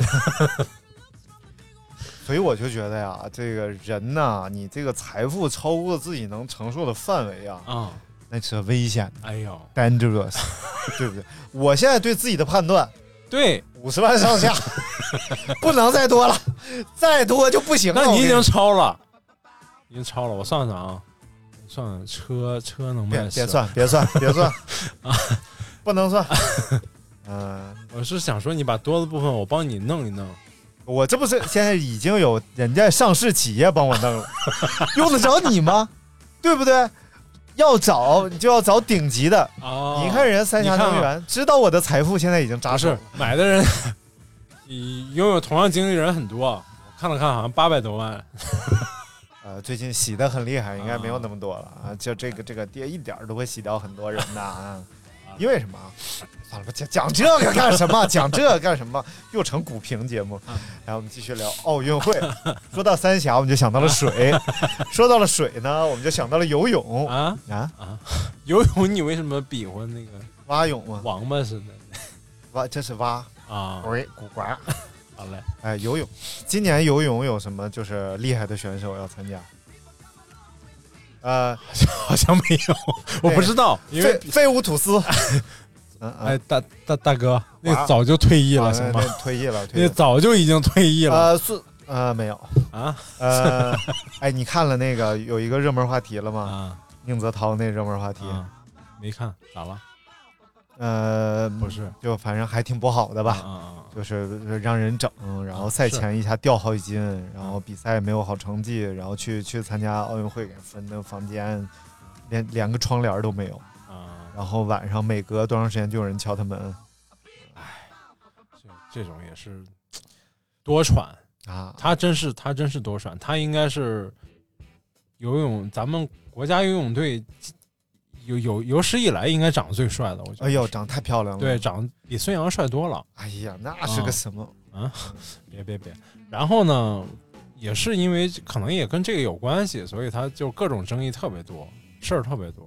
S9: (laughs) 所以我就觉得呀，这个人呐、你这个财富超过自己能承受的范围啊，
S10: 啊、
S9: 那是危险
S10: 哎呦，
S9: 的，dangerous，对 (laughs) 不对？我现在对自己的判断，
S10: 对，
S9: 五十万上下， (laughs) 不能再多了，再多就不行了。
S10: 那你
S9: 我跟
S10: 已经
S9: 你
S10: 超了，已经超了。我算算啊，算算车车能卖
S9: 别别
S10: 十
S9: 算，别算，别
S10: (laughs)
S9: 算不能算。嗯、
S10: 我是想说，你把多的部分我帮你弄一弄。
S9: 我这不是现在已经有人家上市企业帮我弄
S10: (laughs)
S9: 了，用得着你吗？对不对？要找你就要找顶级的。
S10: 哦
S9: 你看人家三峡
S10: 你看
S9: 能源，知道我的财富现在已经扎
S10: 不
S9: 手
S10: 是
S9: 了，
S10: 买的人， (laughs) 你拥有同样经历的人很多。我看了看，好像八百多万。
S9: 呃，最近洗的很厉害，应该没有那么多了啊。就这个这个跌一点儿都会洗掉很多人
S10: (laughs)
S9: 的啊。因为什么啊？算了吧，讲讲这个干什
S10: (laughs)
S9: 么？讲这个干什么？又成股评节目。
S10: 啊
S9: 然后我们继续聊奥运会。说到三峡，我们就想到了
S10: (laughs)
S9: 水；说到了水呢，我们就想到了游泳
S10: 啊
S9: 啊。
S10: 啊！ (laughs) 游泳你为什么比划那个
S9: 蛙泳嘛，
S10: 王八似的
S9: 蛙这是蛙，
S10: 啊？
S9: 喂，古呱，
S10: 好嘞，
S9: 哎，游泳，今年游泳有什么就是厉害的选手要参加？呃，
S10: 好像没有，我不知道，因
S9: 废
S10: 为
S9: 废物吐
S10: (laughs)
S9: 司，嗯
S10: 哎
S9: 嗯，
S10: 大大大哥，那
S9: 哇
S10: 个早就退役了，
S9: 啊
S10: 行
S9: 那
S10: 吗？
S9: 那退役了，退役
S10: 那
S9: 了。
S10: 早就已经退役了
S9: 呃，是呃没有，
S10: 啊 (laughs)
S9: 呃，哎，你看了那个有一个热门话题了吗？
S10: 啊
S9: 宁泽涛那热门话题，
S10: 啊！没看咋了？
S9: 呃，
S10: 不是
S9: 就反正还挺不好的
S10: 啊
S9: 吧，
S10: 啊啊！
S9: 就是让人整，然后
S10: 啊
S9: 赛
S10: 是啊
S9: 前一下掉好几斤，然后比赛没有好成绩，然后去去参加奥运会，给分的房间连连个窗帘都没有，
S10: 啊，
S9: 然后晚上每隔多长时间就有人敲他门
S10: 这这种也是多喘，
S9: 啊，
S10: 他真是他真是多喘，他应该是游泳咱们国家游泳队有有有史以来应该长得最帅的，我觉得。
S9: 哎呦，，长得太漂亮了，
S10: 对，，啊长得比孙杨帅多了。
S9: 哎呀，那是个什么？
S10: 别别别，然后呢，也是因为可能也跟这个有关系，所以他就各种争议特别多，事儿特别
S9: (laughs)
S10: 多。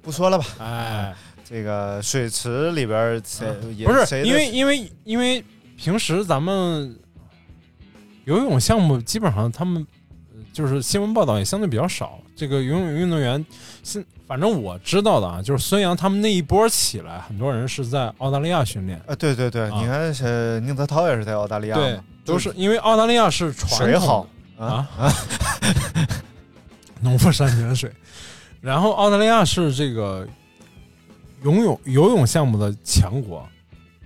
S9: 不说了吧，
S10: 哎，
S9: 这个水池里边谁、也
S10: 啊不是
S9: 谁的
S10: 因为因为因为平时咱们游泳项目基本上他们呃就是新闻报道也相对比较少。这个游泳运动员，现反正我知道的啊，就是孙杨他们那一波起来，很多人是在澳大利亚训练，
S9: 啊，对对对，
S10: 啊
S9: 你看是宁泽涛也是在澳大利亚嘛，
S10: 对，都是因为澳大利亚是传统
S9: 水好
S10: 啊，农夫山泉水。然后澳大利亚是这个游泳游泳项目的强国，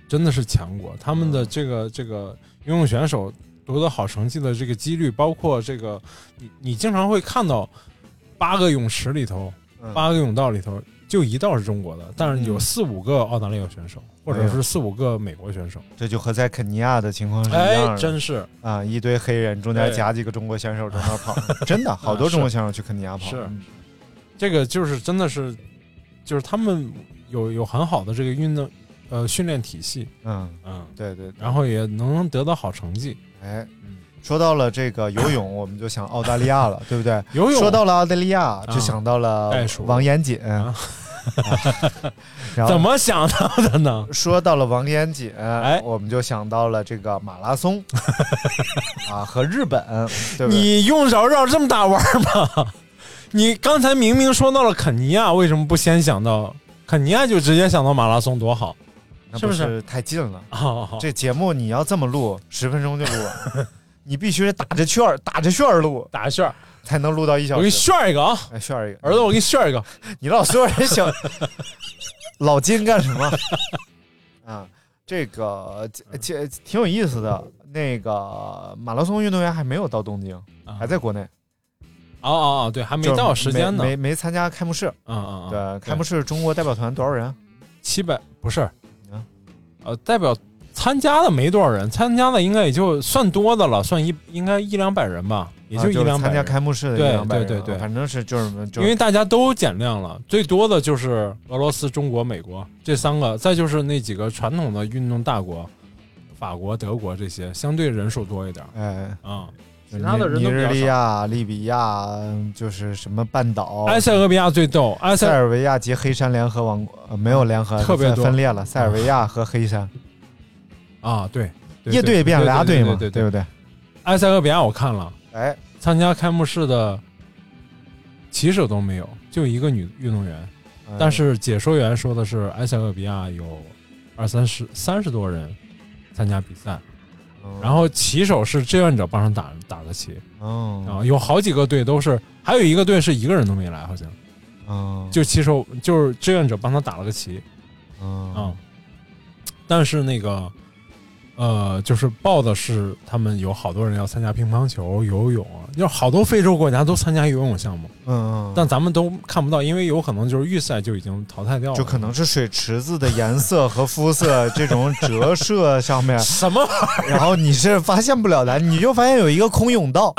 S10: 真的是强国。他们的
S9: 嗯
S10: 这个这个游泳选手夺得好成绩的这个几率，包括这个你你经常会看到八个泳池里头，
S9: 嗯
S10: 八个泳道里头就一道是中国的，但是有
S9: 嗯
S10: 四五个澳大利亚选手，或
S9: 哎
S10: 者
S9: 呦
S10: 是四五个美国选手。
S9: 这就和在肯尼亚的情况是一样的。
S10: 哎，真是
S9: 啊，一堆黑人中间
S10: 对啊
S9: 夹几个中国选手中间跑，真的好多中国选手去肯尼亚跑。
S10: 是这个就是真的是，就是他们有有很好的这个运动呃训练体系，
S9: 嗯，
S10: 嗯，
S9: 对对。对
S10: 然后也能得到好成绩。
S9: 哎
S10: 嗯，
S9: 说到了这个游泳，我们就想澳大利亚了，对不对？
S10: 游泳
S9: 说到了澳大利亚，就
S10: 啊
S9: 想到了
S10: 袋鼠
S9: 王延锦。啊然后
S10: (laughs) 怎么想到的呢？
S9: 说到了王延锦，
S10: 哎
S9: 我们就想到了这个马拉
S10: (laughs)
S9: 松啊和日本， (laughs) 对不对？
S10: 你用着绕这么大弯儿吗？ (laughs) 你刚才明明说到了肯尼亚，为什么不先想到肯尼亚就直接想到马拉松多好
S9: 那
S10: 是
S9: 不
S10: 不是 (laughs)
S9: 是太近了？
S10: 啊？
S9: 这节目你要这么录，十分钟就录完，你必须打着旋儿打着旋儿录，
S10: 打个旋儿，
S9: 才能录到一
S10: 我
S9: 小
S10: 给你
S9: 时。
S10: 旋儿一个啊，
S9: 哎，炫儿一个，
S10: 儿子，我给你旋儿一个。
S9: 你老说人
S10: (laughs)
S9: 小老金干什么？啊，这个这这挺有意思的。那个马拉松运动员还没有到东京，还在国内。
S10: 啊哦哦哦，对，还啊没
S9: 就是
S10: 到时间呢。
S9: 没没参加开幕式。
S10: 嗯嗯嗯，
S9: 对，开幕式中国代表团多少人？
S10: 七百不是
S9: 啊，
S10: 呃，代表参加的没多少人，参加的应该也就算多的了，算一应该一两百人吧，也
S9: 啊
S10: 一两百
S9: 参加
S10: 人。
S9: 开幕式的一
S10: 对
S9: 两百人啊
S10: 对对对
S9: 反正是就是就
S10: 因
S9: 是
S10: 为大家都减量了，最多的就是俄罗斯、中国、美国这三个，再就是那几个传统的运动大国，法国、德国这些，相对人数多一点
S9: 哎，
S10: 啊。
S9: 尼
S10: 其他的人
S9: 尼
S10: 都比
S9: 日
S10: 较
S9: 利
S10: 少。
S9: 亚、利比亚，嗯就是什么半岛、
S10: 埃塞俄比亚最逗，埃
S9: 塞
S10: 塞
S9: 尔维亚及黑山联合王国呃没有联合，
S10: 特别
S9: 分
S10: 多
S9: 分裂了，塞尔维亚和黑山
S10: 啊，对，对
S9: 一队变俩队
S10: 对
S9: 嘛，
S10: 对
S9: 对不
S10: 对。
S9: 对？
S10: 埃塞俄比亚我看了，
S9: 哎，
S10: 参加开幕式的骑手都没有，就一个女运动员。
S9: 嗯
S10: 但是解说员说的是，埃塞俄比亚有二三十、三十多人参加比赛，
S9: 嗯
S10: 然后骑手是志愿者帮上打打的旗，
S9: 嗯
S10: 啊，有好几个队都是，还有一个队是一个人都没来，好像
S9: 嗯
S10: 就骑手就是志愿者帮他打了个旗啊
S9: 嗯，
S10: 但是那个。呃，就是报的是他们有好多人要参加乒乓球、游泳啊，就是好多非洲国家都参加游泳项目，
S9: 嗯，
S10: 但咱们都看不到，因为有可能就是预赛就已经淘汰掉了，
S9: 就可能是水池子的颜色和肤色这种折射上面，
S10: (laughs) 什么
S9: 然后你是发现不了的，你就发现有一个空泳道，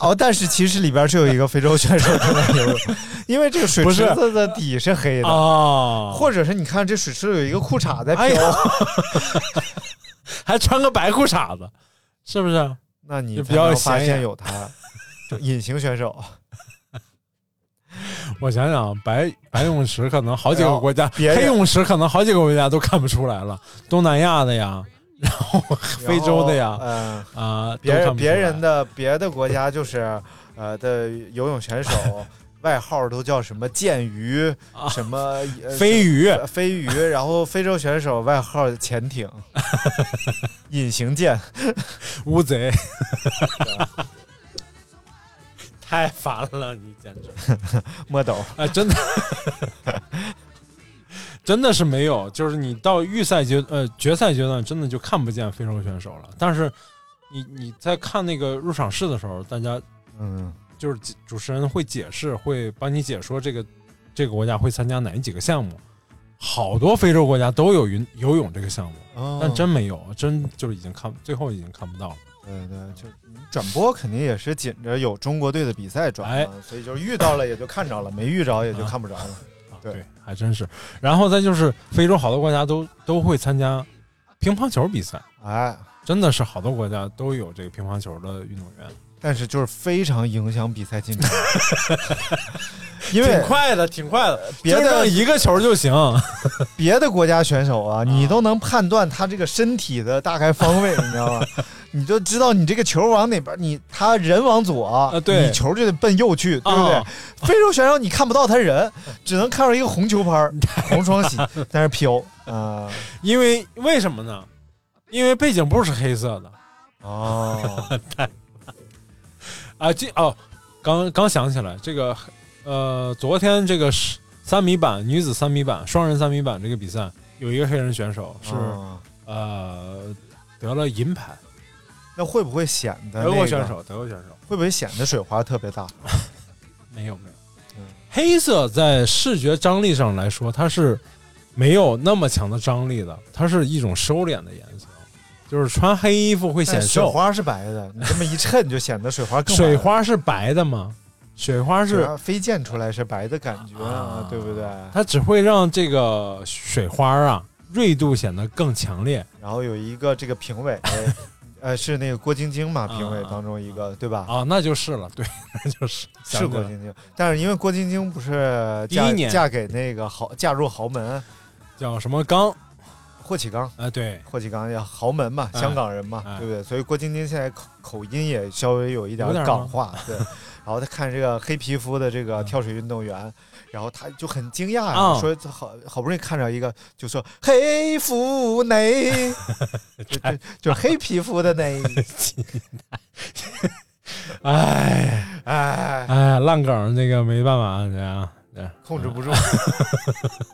S9: 哦，但是其实里边是有一个非洲选手正在游泳，因为这个水
S10: 不是
S9: 池子的底是黑的，
S10: 啊？
S9: (laughs) 或者是你看这水池里有一个裤衩在飘，
S10: 哎呦还穿个白裤衩子，是不是？
S9: 那你
S10: 就比
S9: 才
S10: 较
S9: 能发
S10: 显
S9: 现
S10: 眼
S9: 有
S10: (laughs)
S9: 他，就隐形选手，
S10: 我想想啊，白白泳池可能好几个国家，
S9: 别人
S10: 黑泳池可能好几个国家都看不出来了，东南亚的呀，然后 (laughs) 非洲的呀
S9: 然后，嗯，
S10: 啊、都
S9: 别
S10: 看
S9: 人
S10: 不出
S9: 别
S10: 来
S9: 人的别的国家就是呃的游泳选手
S10: (laughs)
S9: 外号都叫什么剑鱼，
S10: 啊
S9: 什么呃
S10: 飞鱼
S9: 呃飞鱼，然后非洲选手外号潜
S10: (laughs)
S9: 艇，隐形舰，
S10: 乌贼， (laughs) 太烦了，你简直。
S9: 墨
S10: (laughs)
S9: 斗，
S10: 哎，真的，真的是没有，就是你到预赛阶呃决赛阶段，真的就看不见非洲选手了。但是你你在看那个入场式的时候，大家
S9: 嗯
S10: 就是解主持人会解释，会帮你解说这个这个国家会参加哪几个项目。好多非洲国家都有游游泳这个项目，
S9: 哦
S10: 但真没有，真就是已经看最后已经看不到了。
S9: 对对，就转播肯定也是紧着有中国队的比赛转
S10: 哎
S9: 嘛，所以就遇到了也就看着了，没遇着也就看不着了。
S10: 啊，
S9: 对
S10: 对，还真是。然后再就是非洲好多国家都都会参加乒乓球比赛。
S9: 哎，
S10: 真的是好多国家都有这个乒乓球的运动员，
S9: 但是就是非常影响比赛
S10: (laughs)
S9: 进程，因
S10: 挺
S9: 为
S10: 快的，挺快的，
S9: 别
S10: 就
S9: 的
S10: 扔呃一个球就行。
S9: 别的国家选手啊，你都能判断他这个身体的大概
S10: (laughs)
S9: 方位，你知道吗？你就知道你这个球往哪边，你他人往左，啊
S10: 啊对
S9: 你球就得奔右去，对不对？
S10: 啊
S9: 非洲选手你看不到他人，只能看到一个红球拍
S10: (laughs)
S9: 儿、红双喜在那飘啊、
S10: (laughs) 因为为什么呢？因为背景布是黑色的
S9: 哦，
S10: 啊。这哦，刚刚想起来，这个呃，昨天这个是三米板女子三米板双人三米板这个比赛，有一个黑人选手 (laughs) 是、
S9: 哦
S10: 呃得了银牌，
S9: 那会不会显得、那个、
S10: 德国选手，德国选手
S9: 会不会显得水花特别大？
S10: 没有没有
S9: 嗯。
S10: 黑色在视觉张力上来说，它是没有那么强的张力的，它是一种收敛的颜色，就是穿黑衣服会显
S9: 但水
S10: 瘦。
S9: 花是白的，你这么一衬就显得水花更白
S10: 水花是白的吗？水花
S9: 水
S10: 是
S9: 花飞溅出来是白的感觉，啊、对不对？
S10: 它只会让这个水花啊锐度显得更强烈。
S9: 然后有一个这个评
S10: (laughs)
S9: 委，呃，是那个郭晶晶
S10: 啊
S9: 嘛，评委当中一个，对吧？
S10: 啊，那就是了，对， (laughs) 那就是
S9: 是郭
S10: 的。
S9: 晶晶，但是因为郭晶晶不是
S10: 第
S9: 嫁
S10: 一年
S9: 嫁给那个豪嫁入豪门
S10: 叫什么刚？
S9: 霍启刚，
S10: 啊，对，
S9: 霍启刚呀，豪门嘛，
S10: 哎
S9: 香港人嘛，
S10: 哎
S9: 对不对？所以郭晶晶现在口口音也稍微有一点
S10: 有点吗
S9: 港话，对。然后他看这个黑皮肤的这个跳水运动员，然后他就很惊讶呀、
S10: 啊
S9: 说好好不容易看着一个，就说黑肤内，就就就是黑皮肤的内，
S10: 哎
S9: 哎，
S10: 哎，烂梗那个没办法，啊这样这样
S9: 控制不住，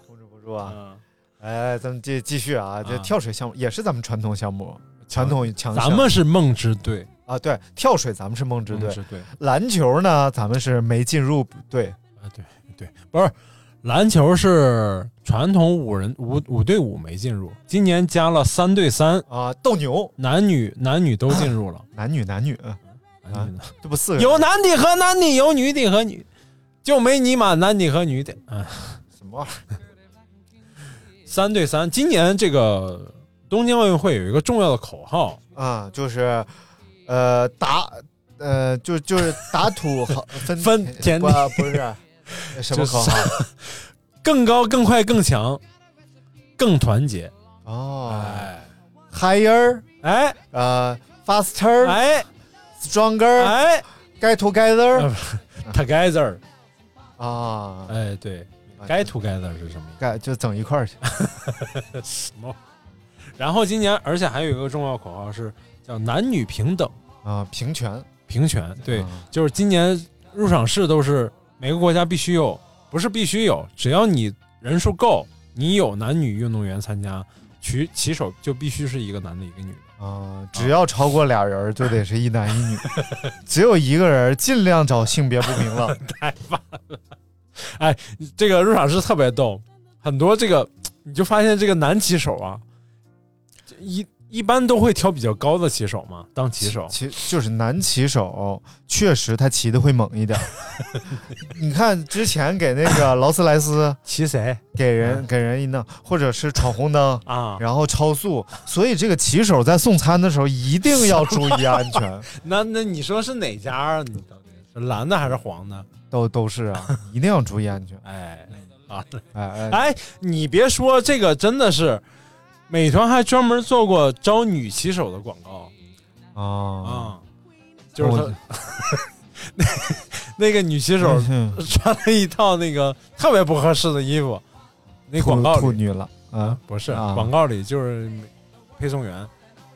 S9: 控制不住啊！
S10: 嗯
S9: 哎，咱们继继续啊，这
S10: 啊
S9: 跳水项目也是咱们传统项目，传统强项。
S10: 咱们是梦之队，
S9: 啊，对，跳水咱们是梦之队，
S10: 是对
S9: 篮球呢咱们是没进入队，
S10: 啊，对对，不是篮球是传统五人五五对五没进入，今年加了三对三，
S9: 啊，斗牛
S10: 男女男女都进入了，
S9: 男女男女，嗯
S10: 男女呢
S9: 这不四个人
S10: 有男底和男底，有女底和女，就没你满男底和女底，啊，
S9: 什么玩意儿？
S10: 三对三。今年这个东京奥运会有一个重要的口号，
S9: 啊，就是，呃，打，呃，就就是打土豪分
S10: (laughs) 分田
S9: 不
S10: 地
S9: 不是什么
S10: 就
S9: 口
S10: 是
S9: 号
S10: 更高、更快、更强、更团结。
S9: 哦
S10: 哎
S9: ，higher，
S10: 哎
S9: 呃，faster，stronger，get
S10: 哎哎
S9: together
S10: 呃，together，
S9: 啊，
S10: 哎对，该 together 是什么意思？
S9: 该就整一块儿去
S10: 什么？然后今年，而且还有一个重要口号是叫男女平等、
S9: 啊，平权，
S10: 平权。对，
S9: 啊
S10: 就是今年入场式都是每个国家必须有，不是必须有，只要你人数够，你有男女运动员参加，举起手就必须是一个男的，一个女的。
S9: 啊，只要超过俩人儿就得是一男一
S10: (laughs)
S9: 女，只有一个人儿尽量找性别不明了
S10: 哎这个入场式特别逗，很多这个你就发现这个男骑手啊，这一一般都会挑比较高的骑手嘛当 (laughs) 骑手，
S9: 其就是男骑手，确实他骑的会猛一
S10: (laughs)
S9: 点儿。你看之前给那个劳斯莱
S10: (laughs)
S9: 斯
S10: 骑谁
S9: 给
S10: 嗯
S9: 人给人一弄，或者是闯红灯，
S10: 啊？
S9: 然后超速，所以这个骑手在送餐的时候一定要注意安全，
S10: 那那你说是哪家啊？你到底是蓝的还是黄的？
S9: 都都是啊，一定要注意安全。
S10: 哎啊！
S9: 哎哎，
S10: 哎，你别说这个，真的是美团还专门做过招女骑手的广告
S9: 啊，
S10: 啊，就是他那 (laughs) 个女骑手
S9: 嗯
S10: 穿了一套那个特别不合适的衣服，那广告
S9: 兔兔
S10: 里
S9: 女了啊，
S10: 不是
S9: 啊
S10: 广告里就是配送员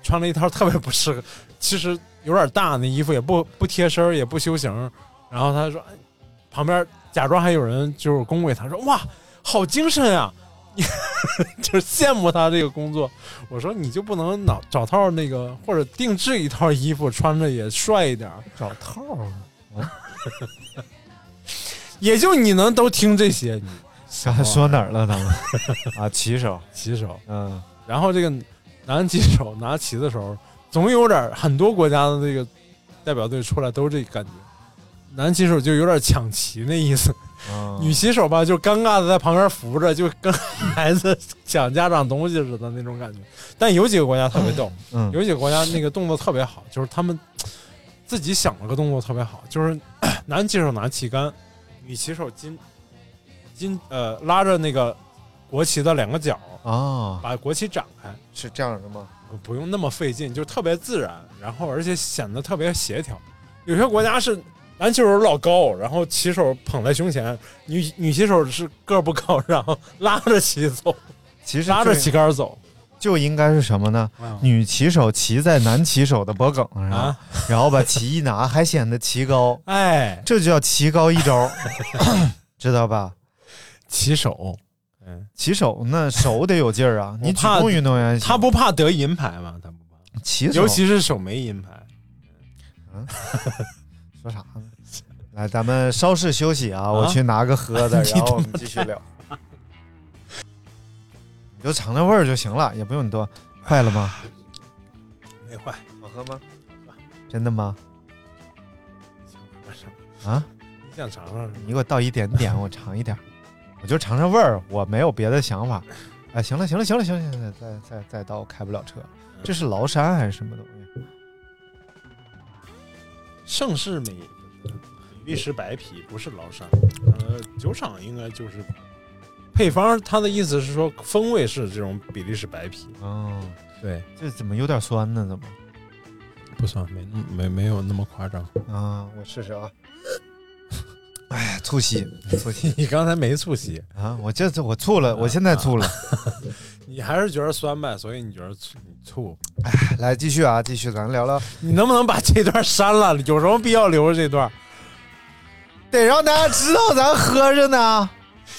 S10: 穿了一套特别不适合， (laughs) 其实有点大，那衣服也不不贴身儿，也不修形儿。然后他说，哎旁边假装还有人就是恭维他说，哇，好精神啊！ (laughs) 就是羡慕他这个工作，我说你就不能脑找套那个或者定制一套衣服穿着也帅一点儿，
S9: 找套儿
S10: 也就你能都听这些，你
S9: 刚说哪儿了？咱们啊，骑手，
S10: 骑手。
S9: 嗯，
S10: 然后这个男骑手拿旗的时候，总有点儿很多国家的这个代表队出来都这感觉，男骑手就有点抢旗那意思，
S9: 啊
S10: 女骑手吧就尴尬的在旁边扶着，就跟孩子抢家长东西似的那种感觉。但有几个国家特别逗，
S9: 嗯
S10: 有几个国家那个动作特别好，就是他们自己想了个动作特别好，就是 (coughs) 男骑手拿旗杆，女骑手金金呃拉着那个国旗的两个角，
S9: 啊，
S10: 把国旗展开。
S9: 是这样的吗？
S10: 不用那么费劲，就特别自然，然后而且显得特别协调。有些国家是篮球手老高，然后旗手捧在胸前，女女旗手是个儿不高，然后拉着旗走，
S9: 其实
S10: 拉着
S9: 就
S10: 旗杆走。
S9: 就应该是什么呢？女骑手骑在男骑手的脖梗上，
S10: 啊，
S9: 然后把旗一拿，还显得旗
S10: (laughs)
S9: 高，
S10: 哎，
S9: 这就叫旗高一
S10: (laughs)
S9: 招，知道吧？
S10: 旗手，嗯，
S9: 骑手那手得有劲儿啊！
S10: 我
S9: 你举
S10: 怕
S9: 重运动员行
S10: 他不怕得银牌吗？他不怕，
S9: 骑手，
S10: 尤其是手没银牌。
S9: 说啥呢？来，咱们稍事休息啊，我
S10: 啊
S9: 去拿个喝的，
S10: (laughs) 你
S9: 然后我
S10: 他
S9: 们
S10: 妈
S9: 继续聊。你就尝尝味儿就行了，也不用你多。坏了吗？
S10: 没坏，
S9: 好喝吗？真的吗？啊，
S10: 你想尝尝？
S9: 你给我倒一点点，我尝一点儿，我就尝尝味儿，我没有别的想法。哎，行了，行了，行了，行了，行了，再再再倒，我开不了车。这是崂山还是什么东西？
S10: 盛世美不是比利时白啤，不是崂山。呃，酒厂应该就是配方，它的意思是说风味是这种比利时白啤。
S9: 哦，
S10: 对，
S9: 这怎么有点酸呢？怎么？
S10: 不算没没没有那么夸张。
S9: 啊，我试试啊。 (laughs) 哎呀，促膝，促膝
S10: (laughs) 你刚才没促膝，
S9: 啊！我这次我醋了，我现在醋了。
S10: 你还是觉得酸呗，所以你觉得醋你醋。
S9: 来，继续啊，继续，咱聊聊，
S10: 你能不能把这段删了？有什么必要留着这段？
S9: 得让大家知道咱喝着呢。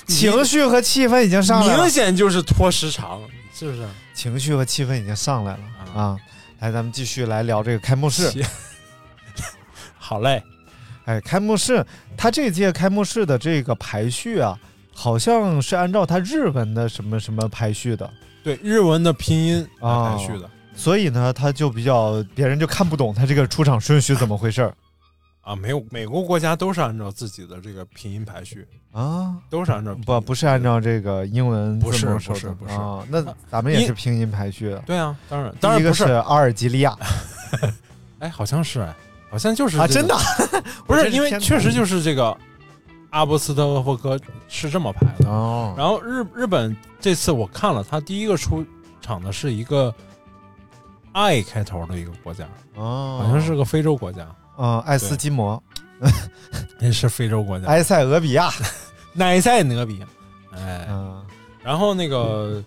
S10: 你
S9: 情绪和气氛已经上来了
S10: 明，显就是拖时长，是不是？
S9: 情绪和气氛已经上来了
S10: 啊
S9: 啊！来，咱们继续来聊这个开幕式。
S10: 是 (laughs) 好嘞，
S9: 哎，开幕式，他这届开幕式的这个排序啊，好像是按照他日文的什么什么排序的，
S10: 对日文的拼音
S9: 啊
S10: 来排序的
S9: 所以呢，他就比较别人就看不懂他这个出场顺序怎么回事儿
S10: 啊，没有每个国家都是按照自己的这个拼音排序，
S9: 啊。
S10: 都是按照拼音
S9: 不，不是按照这个英文字母
S10: 不是不
S9: 首
S10: 是
S9: 的
S10: 不是
S9: 啊，那咱们也
S10: 一
S9: 是拼音排序的。
S10: 对啊，当 (laughs) 然当然
S9: 第一
S10: 不
S9: 个是阿尔及利亚
S10: 哎，好像是哎，好像就是
S9: 啊，
S10: 这
S9: 真
S10: 个
S9: 的
S10: 不
S9: 我
S10: 是
S9: 真是
S10: 因为
S9: 天才
S10: 确实就是这个阿波斯特沃夫哥是这么排
S9: (laughs)
S10: 的。
S9: 哦，
S10: 然后日日本这次我看了，他第一个出场的是一个 I 开头的一个国家，
S9: 哦，
S10: (laughs) 好像是个非洲国家，
S9: 嗯，爱斯基摩、
S10: 那是非洲国家，
S9: 埃塞俄比亚，
S10: 乃塞俄比亚，哎，
S9: 嗯，
S10: 然后那个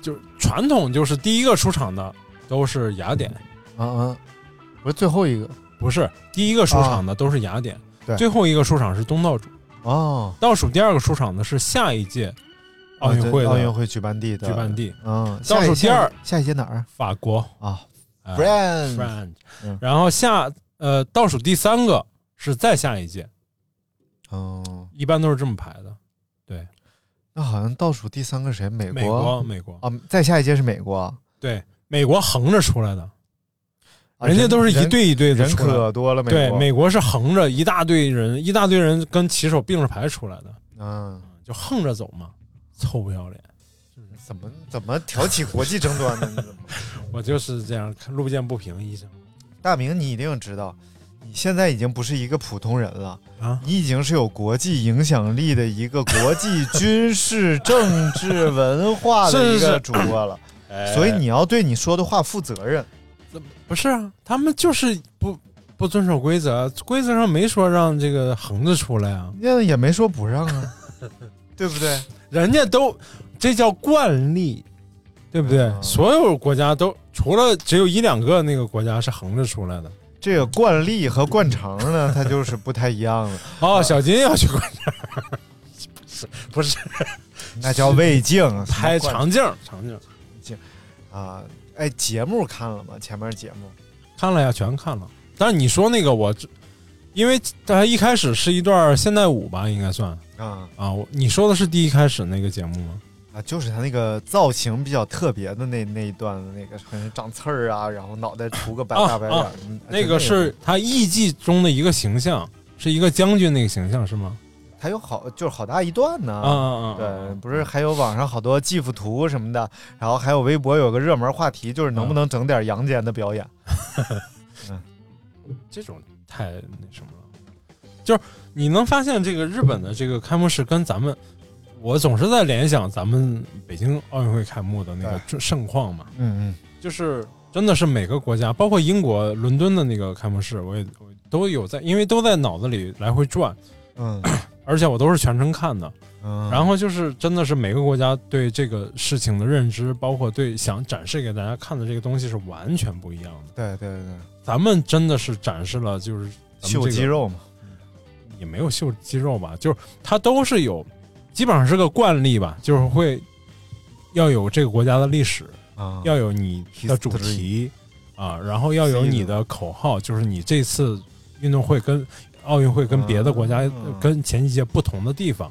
S10: 就是传统就是第一个出场的都是雅典，
S9: 嗯嗯，不是最后一个
S10: 不是第一个出场的都是雅典，
S9: 啊对
S10: 最后一个出场是东道主，
S9: 哦，
S10: 倒数第二个出场的是下一届奥运
S9: 啊对
S10: 会的
S9: 奥运会举办地的
S10: 举办，地
S9: 嗯，
S10: 倒数第二
S9: 下一届，下一届哪儿
S10: 法国
S9: 啊
S10: 哎
S9: f r i e n d
S10: French，
S9: 嗯
S10: 然后下呃倒数第三个是再下一届，
S9: 嗯，
S10: 一般都是这么排的。对，
S9: 那好像倒数第三个谁？美
S10: 美国美国
S9: 啊，再下一届是美国啊，
S10: 对美国横着出来的，人家都是一队一队的
S9: 人
S10: 出来的。
S9: 可多了，美
S10: 对，
S9: 国，
S10: 美国是横着一大队人，一大堆人跟骑手并着排出来的，
S9: 嗯，
S10: 就横着走嘛，臭不要脸！
S9: 怎么怎么挑起国际争端呢？ (laughs) 你怎么
S10: 我就是这样，看路见不平一声
S9: 大明，你一定知道，你现在已经不是一个普通人了。
S10: 啊，
S9: 你已经是有国际影响力的一个国际军事、政治、文化的一
S10: (laughs) 是是
S9: 个
S10: 是
S9: 主播了，所以你要对你说的话负责任。
S10: 不是啊，他们就是不不遵守规则，规则上没说让这个横着出来啊，
S9: 那也没说不让
S10: (laughs)
S9: 啊，对不对？
S10: 人家都这叫惯例，对不对？
S9: 嗯
S10: 所有国家都除了只有一两个那个国家是横着出来的。
S9: 这个惯例和惯常
S10: (laughs)
S9: 呢，它就是不太一样了，
S10: 哦，小金要去 (laughs) 观察，不是不是
S9: 那叫胃镜。
S10: 拍
S9: 什么
S10: 长镜儿长镜儿，
S9: 惯啊？哎，节目看了吗？前面节目
S10: 看了呀，全看了。但是你说那个我知，因为它一开始是一段现代舞吧，应该算
S9: 啊
S10: 啊。我你说的是第一开始那个节目吗？
S9: 啊，就是他那个造型比较特别的那那一段，那个好像长刺儿啊，然后脑袋涂个白
S10: 啊
S9: 大白
S10: 啊
S9: 点儿，嗯
S10: 那个是他艺伎中的一个形象，是一个将军那个形象是吗？
S9: 还有好，就是好大一段呢。
S10: 啊啊啊！
S9: 对，不是还有网上好多 GIF 图什么的，然后还有微博有个热门话题，就是能
S10: 啊
S9: 不能整点阳间的表演？
S10: 这种太那什么了。就是你能发现这个日本的这个开幕式跟咱们，我总是在联想咱们北京奥运会开幕的那个盛况嘛，
S9: 嗯
S10: 就是真的是每个国家，包括英国伦敦的那个开幕式，我也我都有在，因为都在脑子里来回转，
S9: 嗯
S10: 而且我都是全程看的。 (clears throat)
S9: 嗯，
S10: 然后就是真的是每个国家对这个事情的认知，包括对想展示给大家看的这个东西是完全不一样的。
S9: 对对对，
S10: 咱们真的是展示了就是咱们
S9: 秀
S10: 这个
S9: 肌肉嘛，
S10: 也没有秀肌肉吧，就是它都是有，基本上是个惯例吧，就是会要有这个国家的历史，
S9: 啊，
S10: 要有你的主题啊，然后要有你的口号，就是你这次运动会跟奥运会跟别的国家、
S9: 嗯
S10: 跟前几届不同的地方，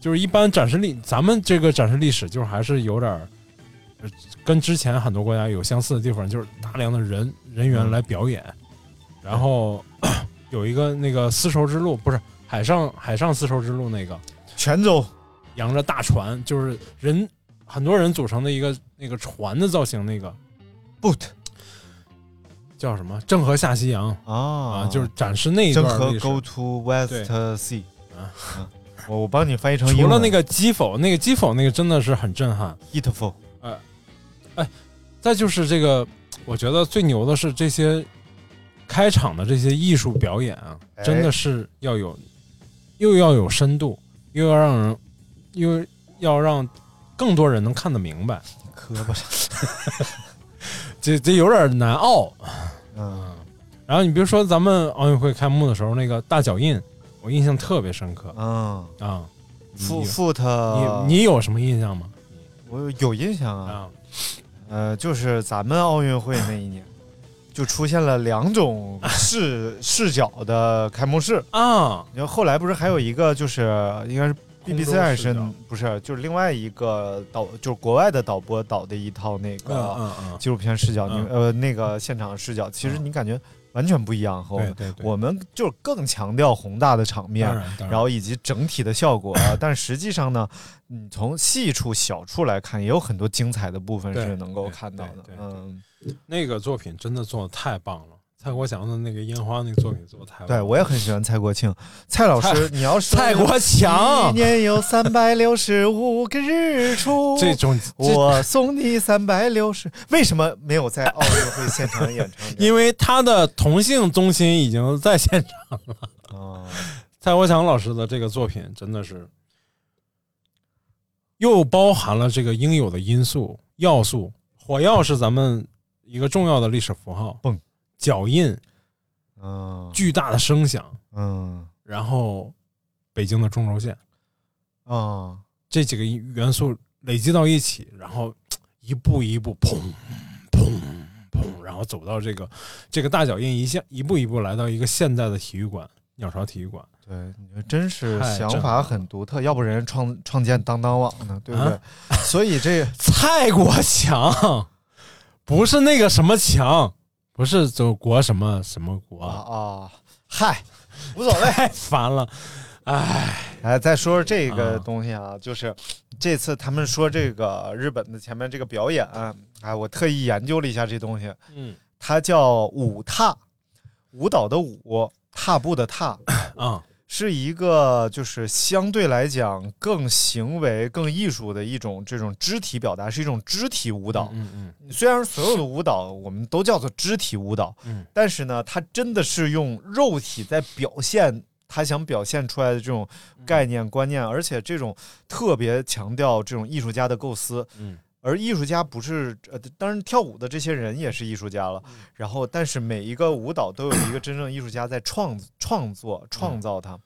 S10: 就是一般展示历，咱们这个展示历史就是还是有点儿。呃跟之前很多国家有相似的地方，就是大量的人人员来表
S9: 嗯
S10: 演，然后 (clears throat) 有一个那个丝绸之路，不是海上海上丝绸之路那个，
S9: 泉州
S10: 扬着大船，就是人很多人组成的一个那个船的造型，那个
S9: boot
S10: 叫什么？郑和下西洋
S9: 啊
S10: 啊，就是展示那一
S9: 郑
S10: 段
S9: 和
S10: 历史。
S9: go to West
S10: 对
S9: Sea
S10: 啊
S9: 啊，我我帮你翻译成英
S10: 除
S9: 文
S10: 了那个基否，那个基否那个真的是很震撼。呃哎
S9: beautiful
S10: 再就是这个，我觉得最牛的是这些开场的这些艺术表演啊，
S9: 哎
S10: 真的是要有，又要有深度，又要让人，又要让更多人能看得明白。
S9: 磕巴上，
S10: 这这有点难熬。
S9: 嗯
S10: 然后你比如说咱们奥运会开幕的时候那个大脚印，我印象特别深刻
S9: 嗯
S10: 啊。你
S9: ，foot
S10: 有
S9: foot，
S10: 你你有什么印象吗？
S9: 我有印象啊，
S10: 啊，
S9: 呃，就是咱们奥运会那一年，就出现了两
S10: (laughs)
S9: 种视视角的开幕式。
S10: 啊，
S9: 然后后来不是还有一个就是应该是
S10: 空中
S9: BBC 还
S10: 视
S9: 是
S10: 角
S9: 不是就是另外一个导就是国外的导播导的一套那
S10: 嗯
S9: 个
S10: 嗯嗯，
S9: 纪录片视角，
S10: 嗯
S9: 你呃那个现场视角，其实
S10: 嗯
S9: 你感觉完全不一样和我
S10: 对
S9: 们。
S10: 对对，
S9: 我们就是更强调宏大的场面
S10: 当，然当
S9: 然后以及整体的效果啊。但实际上呢，你从细处小处来看，也有很多精彩的部分
S10: 对
S9: 是能够
S10: 对
S9: 看到的
S10: 对。对
S9: 嗯，
S10: 那个作品真的做的太棒了，蔡国强的那个烟花那个作品做的太棒了。
S9: 对我也很喜欢蔡国
S10: (laughs)
S9: 庆，蔡老师，你要是
S10: 蔡国强，
S9: 一年有三百六十五个日出
S10: 这种，这
S9: 我送你三百六十。为什么没有在奥运会现场演唱这个？
S10: 因为他的同性中心已经在现场。
S9: 啊，
S10: 蔡国强老师的这个作品真的是又包含了这个应有的因素要素。火药是咱们一个重要的历史符号，
S9: 蹦
S10: 脚印，
S9: 嗯
S10: 巨大的声响，
S9: 嗯
S10: 然后北京的中轴线。
S9: 啊，
S10: 这几个元素累积到一起，然后一步一步砰砰砰，然后走到这个这个大脚印一下一步一步来到一个现代的体育馆——鸟巢体育馆。
S9: 对，你说真是
S10: 太
S9: 想
S10: 震撼
S9: 法
S10: 了
S9: 很独特，要不人家创创建当当网呢，对不对 (laughs)
S10: 啊？
S9: 所以这
S10: 蔡国强 (laughs) 不是那个什么强，不是走国什么什么国，
S9: 啊啊，嗨，无所谓。
S10: 太烦了。哎，
S9: (laughs) 哎，再说说这个
S10: 啊
S9: 东西啊，就是这次他们说这个日本的前面这个表演，哎，我特意研究了一下这东西，
S10: 嗯
S9: 它叫舞踏，舞蹈的舞，踏步的踏，
S10: 啊，
S9: 是一个就是相对来讲更行为、更艺术的一种这种肢体表达，是一种肢体舞蹈。
S10: 嗯嗯
S9: 虽然所有的舞蹈我们都叫做肢体舞蹈，
S10: 嗯
S9: 但是呢，它真的是用肉体在表现他想表现出来的这种
S10: 嗯
S9: 概念观念，而且这种特别强调这种艺术家的构思。
S10: 嗯
S9: 而艺术家不是呃，当然跳舞的这些人也是艺术家了。
S10: 嗯
S9: 然后，但是每一个舞蹈都有一个真正艺术家在创创
S10: 嗯
S9: 作创造它。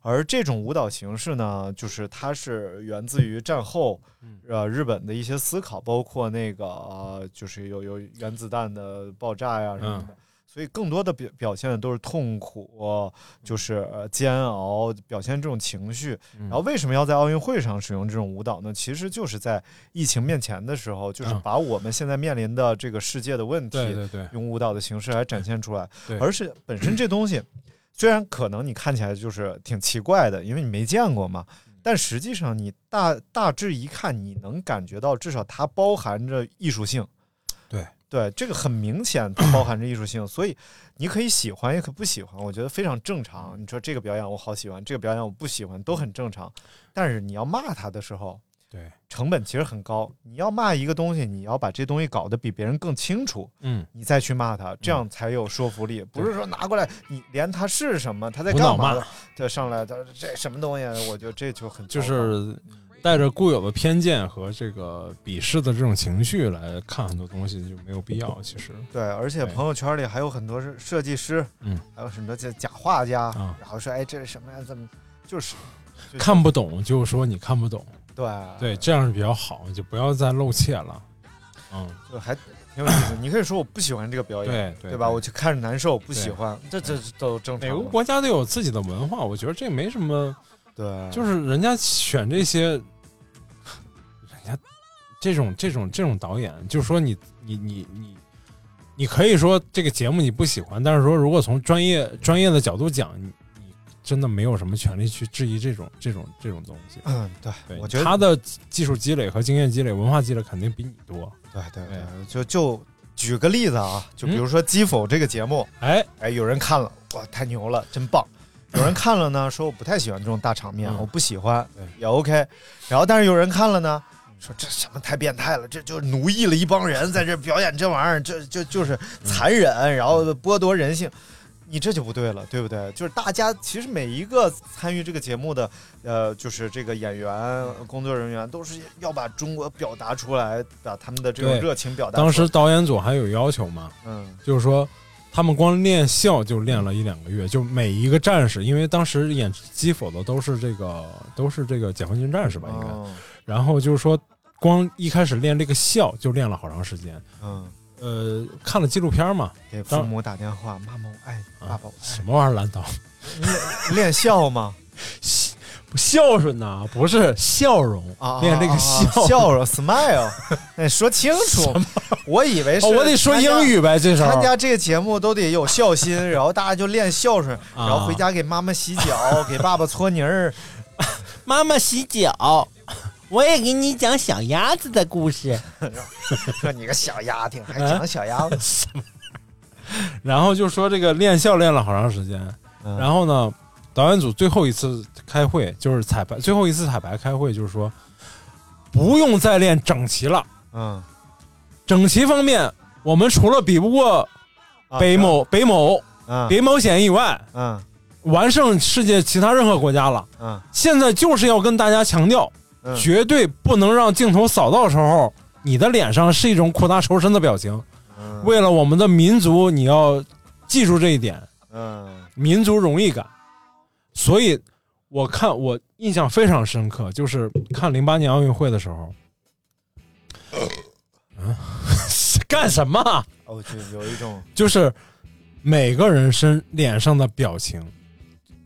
S9: 而这种舞蹈形式呢，就是它是源自于战后
S10: 嗯，
S9: 呃，日本的一些思考，包括那个呃，就是有有原子弹的爆炸呀什么
S10: 嗯
S9: 的，所以更多的表表现的都是痛苦，就是呃煎熬，表现这种情绪。
S10: 嗯
S9: 然后为什么要在奥运会上使用这种舞蹈呢？其实就是在疫情面前的时候，就是
S10: 嗯
S9: 把我们现在面临的这个世界的问题，
S10: 对对对，
S9: 用舞蹈的形式来展现出来
S10: 对。
S9: 而是本身这东西，虽然可能你看起来就是挺奇怪的，因为你没见过嘛，
S10: 嗯
S9: 但实际上你大大致一看，你能感觉到至少它包含着艺术性。
S10: 对
S9: 对，这个很明显，它包含着艺术性，所以你可以喜欢，也可以不喜欢，我觉得非常正常。你说这个表演我好喜欢，这个表演我不喜欢，都很正常。但是你要骂他的时候，
S10: 对，
S9: 成本其实很高。你要骂一个东西，你要把这东西搞得比别人更清楚，
S10: 嗯，
S9: 你再去骂他，这样才有说服力。不是说拿过来，你连他是什么，他在
S10: 无脑
S9: 干
S10: 骂
S9: 嘛，就上来，他说这什么东西啊，我觉得这就很
S10: 就
S9: 糟糕
S10: 是带着固有的偏见和这个鄙视的这种情绪来看很多东西就没有必要。其实，
S9: 对，而且
S10: 对
S9: 朋友圈里还有很多是设计师，
S10: 嗯，
S9: 还有很多这假画家，
S10: 啊
S9: 然后说哎这是什么呀，怎么就是就
S10: 看不懂就说你看不懂，
S9: 对
S10: 对，，这样是比较好，你就不要再露怯了。嗯，
S9: 就还挺有意思。你可以说我不喜欢这个表演，
S10: 对对
S9: 对吧？我就看着难受，不喜欢，这这这都正常
S10: 每个
S9: 嘛。
S10: 国家都有自己的文化，我觉得这没什么，
S9: 对，
S10: 就是人家选这些，人家这种这种这种导演，就是说你你你你。你可以说这个节目你不喜欢，但是说如果从专业专业的角度讲，你你真的没有什么权利去质疑这种这种这种东西。
S9: 嗯，对，
S10: 对，
S9: 我觉得
S10: 他的技术积累和经验积累、文化积累肯定比你多。
S9: 对对对
S10: 哎，
S9: 就就举个例子啊，就比
S10: 嗯
S9: 如说《击否》这个节目，
S10: 哎，
S9: 哎，有人看了，哇，太牛了，真棒。有
S10: (clears throat)
S9: 人看了呢，说我不太喜欢这种大场面，
S10: 嗯
S9: 我不喜欢
S10: 对，
S9: 也 OK。然后，但是有人看了呢，说这什么太变态了，这就奴役了一帮人在这表演这玩意儿，这就
S10: 嗯
S9: 就是残忍，然后剥夺人性。你这就不对了，对不对？就是大家其实每一个参与这个节目的，呃，就是这个演员、工作人员，都是要把中国表达出来，把他们的这种
S10: 对
S9: 热情表达出来。
S10: 当时导演组还有要求嘛，
S9: 嗯，
S10: 就是说他们光练笑就练了一两个月，就每一个战士，因为当时演基否的都是这个都是这个解放军战士吧，应该。
S9: 嗯
S10: 然后就是说，光一开始练这个笑就练了好长时间，
S9: 嗯
S10: 呃看了纪录片嘛，
S9: 给父母打电话，妈妈我爱你，爸爸我爱
S10: 什么玩意儿 (laughs) 烂刀？
S9: 你，练孝吗？
S10: 孝顺呐，不是笑容
S9: 啊，
S10: 练这个
S9: 笑
S10: 笑
S9: 笑容 smile，那说清楚，我以为是、
S10: 哦我得说英语。呗，这时候
S9: 参加这个节目都得有孝心，然后大家就练孝顺，然后回家给妈妈洗脚，给爸爸搓泥儿。
S11: 妈妈洗脚，我也给你讲小鸭子的故事。
S9: 说你个小丫挺，还讲小丫头，
S10: (laughs) 然后就说这个练笑练了好长时间，
S9: 嗯
S10: 然后呢，导演组最后一次开会就是彩排，最后一次彩排开会就是说，不用再练整齐了。
S9: 嗯，
S10: 整齐方面，我们除了比不过
S9: 啊
S10: 北某、北某、
S9: 嗯
S10: 北某险以外，
S9: 嗯
S10: 完胜世界其他任何国家了。
S9: 嗯
S10: 现在就是要跟大家强调，
S9: 嗯
S10: 绝对不能让镜头扫到的时候，你的脸上是一种苦大仇深的表情。
S9: 嗯
S10: 为了我们的民族，你要记住这一点，
S9: 嗯
S10: 民族荣誉感。所以，我看我印象非常深刻，就是看零八年奥运会的时候，嗯， (laughs) 干什么啊？
S9: 哦，就有一种
S10: 就是每个人身脸上的表情，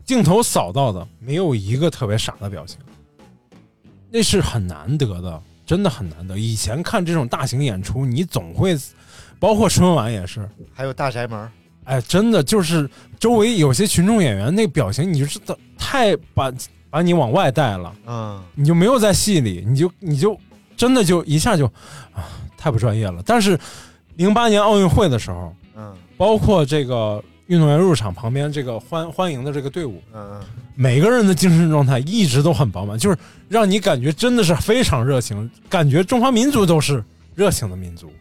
S10: 镜头扫到的没有一个特别傻的表情，那是很难得的，真的很难得。以前看这种大型演出，你总会，包括春晚也是，
S9: 还有大宅门儿，
S10: 哎，真的就是周围有些群众演员那表情，你就知道啊太把把你往外带了，
S9: 嗯
S10: 你就没有在戏里，你就你就真的就一下就啊，太不专业了。但是零八年奥运会的时候。
S9: 嗯
S10: 包括这个运动员入场旁边这个欢欢迎的这个队伍，
S9: 嗯
S10: 每个人的精神状态一直都很饱满，就是让你感觉真的是非常热情，感觉中华民族都是热情的民族，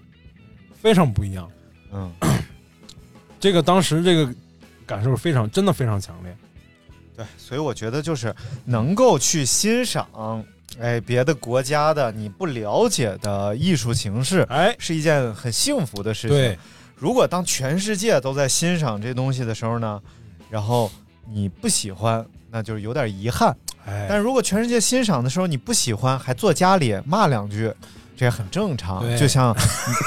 S10: 非常不一样。
S9: 嗯，
S10: 这个当时这个感受非常，真的非常强烈。
S9: 对，所以我觉得就是能够去欣赏，哎，别的国家的你不了解的艺术形式，
S10: 哎，
S9: 是一件很幸福的事情。
S10: 对，
S9: 如果当全世界都在欣赏这东西的时候呢，然后你不喜欢，那就是有点遗憾。但
S10: 哎，
S9: 如果全世界欣赏的时候你不喜欢，还坐家里骂两句，这也很正常。
S10: 对
S9: 就像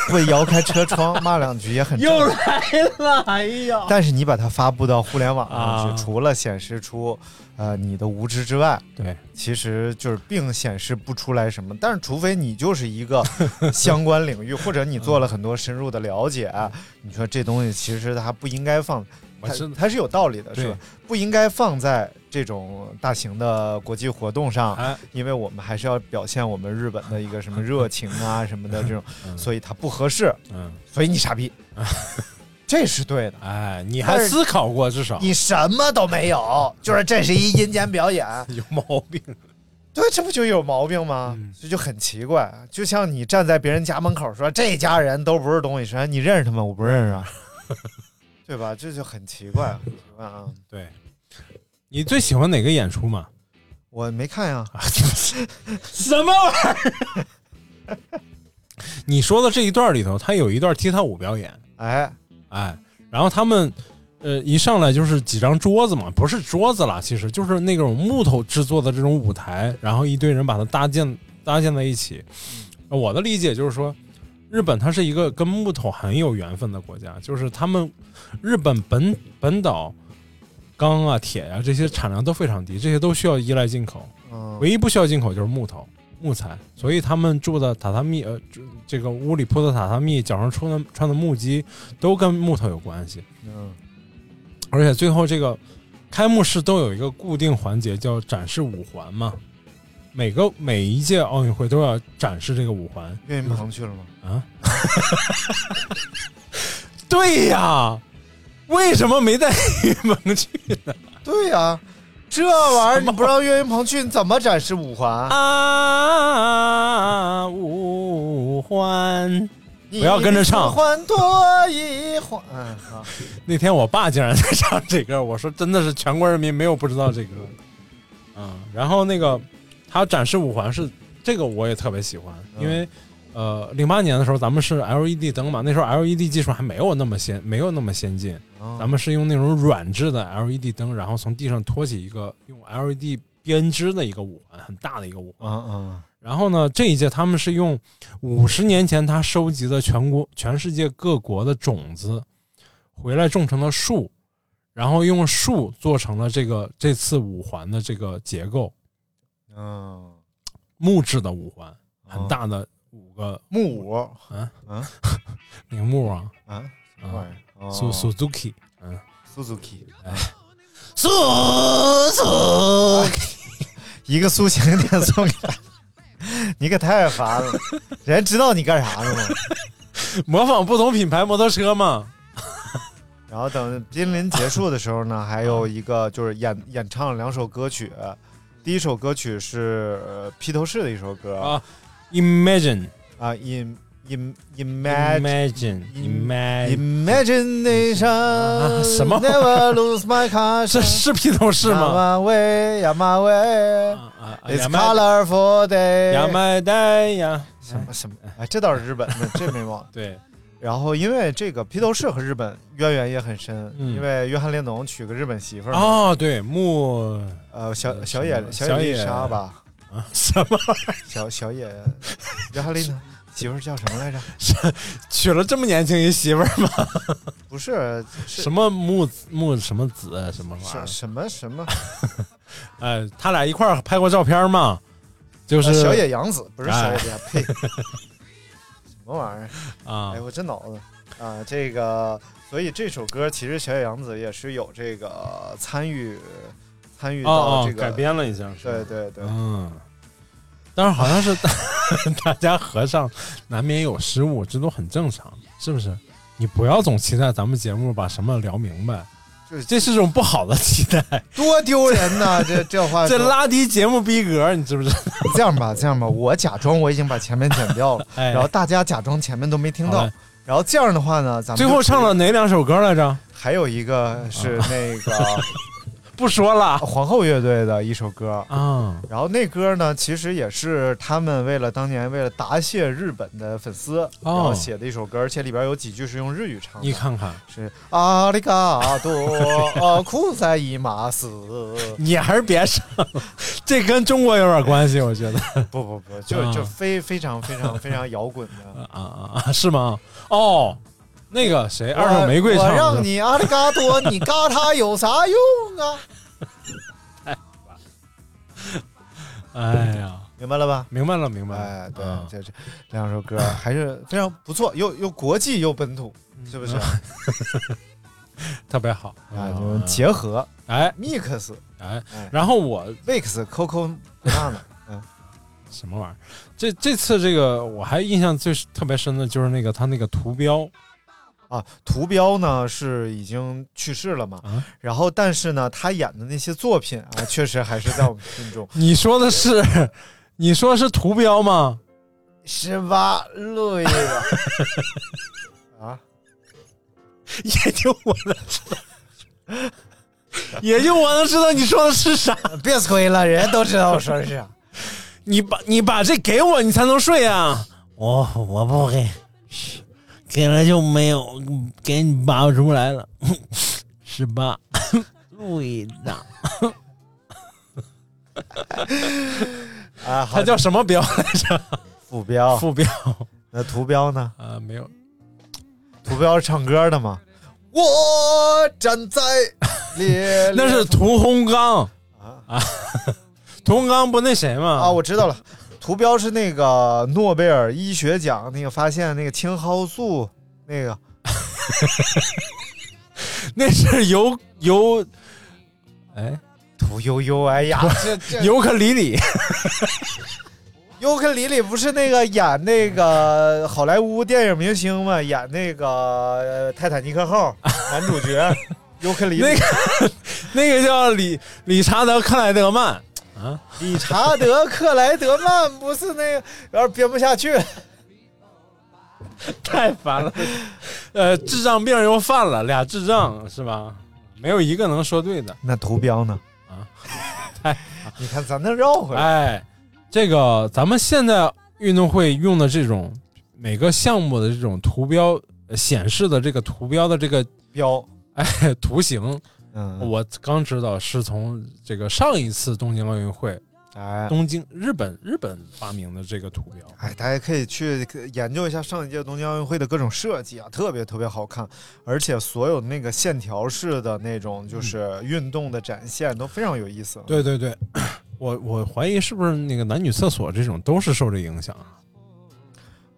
S9: 你会摇开车窗骂两句也
S10: (laughs)
S9: 很正常。
S11: 来了，哎呀！
S9: 但是你把它发布到互联网上
S10: 啊
S9: 去，除了显示出呃你的无知之外，
S10: 对，
S9: 其实就是并显示不出来什么。但是，除非你就是一
S10: (laughs)
S9: 个相关领域，或者你
S10: 嗯
S9: 做了很多深入的了解，你说这东西其实它不应该放，
S10: 我
S9: 它
S10: 知道
S9: 它是有道理的，是吧？不应该放在这种大型的国际活动上，
S10: 哎，
S9: 因为我们还是要表现我们日本的一个什么热情啊什么的这种，
S10: (laughs) 嗯
S9: 所以它不合适，
S10: 嗯，
S9: 所以你傻逼，
S10: (laughs)
S9: 这是对的。
S10: 哎，你
S9: 但
S10: 还
S9: 是
S10: 思考过至少
S9: 你什么都没有，就是这是一阴间表演，
S10: 有毛病。
S9: 对，这不就有毛病吗？
S10: 嗯
S9: 这就很奇怪。就像你站在别人家门口说这家人都不是东西，说你认识他吗？我不认识，
S10: (laughs)
S9: 啊，对吧？这就很奇怪，
S10: 嗯
S9: 很奇怪啊！
S10: 对，你最喜欢哪个演出嘛？
S9: 我没看呀、啊，
S10: 什么玩意儿？你说的这一段里头，他有一段踢踏舞表演，
S9: 哎，
S10: 哎，然后他们呃一上来就是几张桌子嘛，不是桌子啦，其实就是那种木头制作的这种舞台，然后一堆人把它搭建搭建在一起。呃我的理解就是说，日本它是一个跟木头很有缘分的国家，就是他们日本本本岛钢啊、铁呀、这些产量都非常低，这些都需要依赖进口。
S9: 嗯，
S10: 唯一不需要进口就是木头、木材，所以他们住的榻榻米，呃，住这个屋里铺的榻榻米，脚上穿的穿的木屐，都跟木头有关系。
S9: 嗯
S10: 而且最后这个开幕式都有一个固定环节叫展示五环嘛，每个每一届奥运会都要展示这个五环
S9: 岳云鹏去了吗？
S10: 啊。对呀，为什么没带岳云鹏去 (laughs) 呢？
S9: 对呀、这玩意儿你不让岳云鹏去，你怎么展示五环？
S10: 啊，五环。
S9: 你
S10: 不要跟着唱
S9: 一环多一环，嗯好，
S10: 那天我爸竟然在唱这歌，我说真的是全国人民没有不知道这歌，嗯，然后那个他展示五环是这个我也特别喜欢，因为、呃零八年的时候咱们是 LED 灯嘛，那时候 LED 技术还没有那么先没有那么先进，
S9: 嗯
S10: 咱们是用那种软质的 LED 灯，E 然后从地上托起一个用 LED 编织的一个五环，很大的一个五环，
S9: 嗯嗯
S10: 然后呢，这一届他们是用五十年前他收集的全国、全世界各国的种子，回来种成了树，然后用树做成了这个这次五环的这个结构，
S9: 嗯，
S10: 木质的五环，
S9: 啊
S10: 很大的五个
S9: 木五，
S10: 啊
S9: 啊，
S10: 铃木啊
S9: 啊，
S10: 啊
S9: 玩意儿哦
S10: ，Su Suzuki，嗯
S9: ，Suzuki，
S10: 哎，
S11: 苏苏，
S9: 哎 (laughs) 一个苏醒 (laughs) 点送给他，你可太烦了，人家知道你干啥了吗？ (laughs)
S10: 模仿不同品牌摩托车嘛，
S9: 然后等濒临结束的时候呢，还有一个就是演演唱了两首歌曲，第一首歌曲是呃披头士的一首歌
S10: 啊，Imagine
S9: 啊，im im imagine
S10: Imagine Imagine
S9: imagination，、
S10: 啊什么玩意
S9: ？Never
S10: 儿
S9: lose
S10: (laughs)
S9: my passion。
S10: 这是披头士吗？
S9: ？My way, yeah, my way.
S10: 啊
S9: It's
S10: 亚麻
S9: colorful day.
S10: 亚麻袋呀，
S9: 什么什么？哎，这倒是日本的，这没忘。
S10: 对，
S9: 然后因为这个披头士和日本渊源也很深，
S10: 嗯
S9: 因为约翰列侬娶个日本媳妇儿嘛，
S10: 哦，对，木
S9: 呃，小小
S10: 什
S9: 野
S10: 么
S9: 小野
S10: 小
S9: 丽
S10: 野
S9: 莎吧，
S10: 啊什么玩意儿
S9: 小小野约翰列侬媳妇儿叫什么来着？
S10: 娶了这么年轻一媳妇儿吗？
S9: 不是是
S10: 什么木子木什么子什么玩意
S9: 是
S10: 儿？
S9: 什么什么？
S10: 哎，他俩一块儿拍过照片嘛，就是、
S9: 呃小野洋子，不是小野
S10: 哎
S9: 丽莎，
S10: (laughs)
S9: 呸，什么玩意儿？
S10: 啊
S9: 哎，，我这脑子啊，这个，所以这首歌其实小野洋子也是有这个参与参与
S10: 哦
S9: 到
S10: 哦
S9: 这，个
S10: 改，编了一下，是吧
S9: 对对对，
S10: 嗯，但是好像是 (laughs) 大家合唱难免有失误，这都很正常，是不是？你不要总期待咱们节目把什么聊明白，
S9: 就是
S10: 这是种不好的期待，
S9: 多丢人呐！这这
S10: (laughs)
S9: 话
S10: 这
S9: 说
S10: 拉低节目逼格，你知不知道？
S9: 这样吧，这样吧，我假装我已经把前面剪掉了，
S10: (laughs) 哎
S9: 然后大家假装前面都没听
S10: 好
S9: 到
S10: 嘞，
S9: 然后这样的话呢，咱们
S10: 最
S9: 就
S10: 后
S9: 可以
S10: 唱了，啊哪两首歌来着？
S9: 还有一个是那个 (laughs)
S10: 不说了
S9: 皇后乐队的一首歌。
S10: 啊，
S9: 然后那歌呢，其实也是他们为了当年为了答谢日本的粉丝，然后写的一首歌，而且里边有几句是用日语唱的。
S10: 哦你看看，
S9: 是阿里嘎多呃库塞伊马斯，
S10: 你还是别唱了，这跟中国有点关系，我觉得。
S9: (laughs) 不不不，就就非非常非常非常摇滚的。
S10: 啊啊啊！是吗？哦，那个谁， (laughs) 二手玫瑰
S9: 我
S10: 唱
S9: 我
S10: 的，
S9: 让你阿里嘎多，你嘎他有啥用啊？
S10: 哎呀，
S9: 明白了吧？
S10: (laughs) 明白了，明白了。
S9: 哎，对
S10: 啊，
S9: 这这两首歌还是非常不错，又又国际又本土，是不是？
S10: 特别好
S9: 啊，就是
S10: 嗯
S9: 结合
S10: 哎
S9: mix
S10: 哎
S9: 哎，
S10: 然后我
S9: mix coco (laughs) banana，嗯，
S10: 什么玩意儿？这这次这个我还印象最特别深的就是那个他那个图标
S9: 啊，图标呢是已经去世了嘛，
S10: 啊，。
S9: 然后但是呢，他演的那些作品啊，确实还是在我们心中
S10: 你说的是 (laughs) 你说的是图标吗？
S9: (laughs) 十八路一个啊，
S10: 也就我能知道，也就我能知道你说的是啥。
S9: (laughs) 别吹了，人家都知道我说的是啥。
S10: 你把你把这给我，你才能睡啊！
S11: 我我不给，给了就没有，给你拔不出来了， (laughs) 十八，路易娜，
S9: (laughs) 啊，好
S10: 它叫什么标来着？
S9: 副标，
S10: 副标
S9: 那图标呢？
S10: 啊，没有。
S9: 图标是唱歌的吗？ (laughs) 我站在 (laughs) 烈
S10: 那是屠洪刚
S9: 啊
S10: 啊， (laughs) 屠洪刚不那谁吗？
S9: 啊，我知道了，图标是那个诺贝尔医学奖那个发现那个青蒿素那个
S10: 那是尤尤，哎，
S9: 屠呦呦，哎 (laughs) 呀，这这
S10: 尤克里里
S9: 尤克里里不是那个演那个好莱坞电影明星嘛，演那个呃《泰坦尼克号》 (laughs) 男主角尤克里里
S10: (laughs) 那个那个叫理理查德克莱德曼啊，
S9: 理查德克莱德曼不是那个，有点编不下去。
S10: (laughs) 太烦了。呃，智障病又犯了，俩智障是吧？没有一个能说对的。
S9: 那图标呢？
S10: 啊，
S9: (laughs) 你看咱能绕回来。
S10: 哎，这个咱们现在运动会用的这种每个项目的这种图标、呃显示的这个图标的这个
S9: 标，
S10: 哎图形，
S9: 嗯，
S10: 我刚知道是从这个上一次东京奥运会
S9: 哎，
S10: 东京日本日本发明的这个图标，
S9: 哎，大家可以去研究一下上一届东京奥运会的各种设计啊，特别特别好看，而且所有那个线条式的那种就是运动的展现都非常有意思。
S10: 对对对，我我怀疑是不是那个男女厕所这种都是受这影响啊？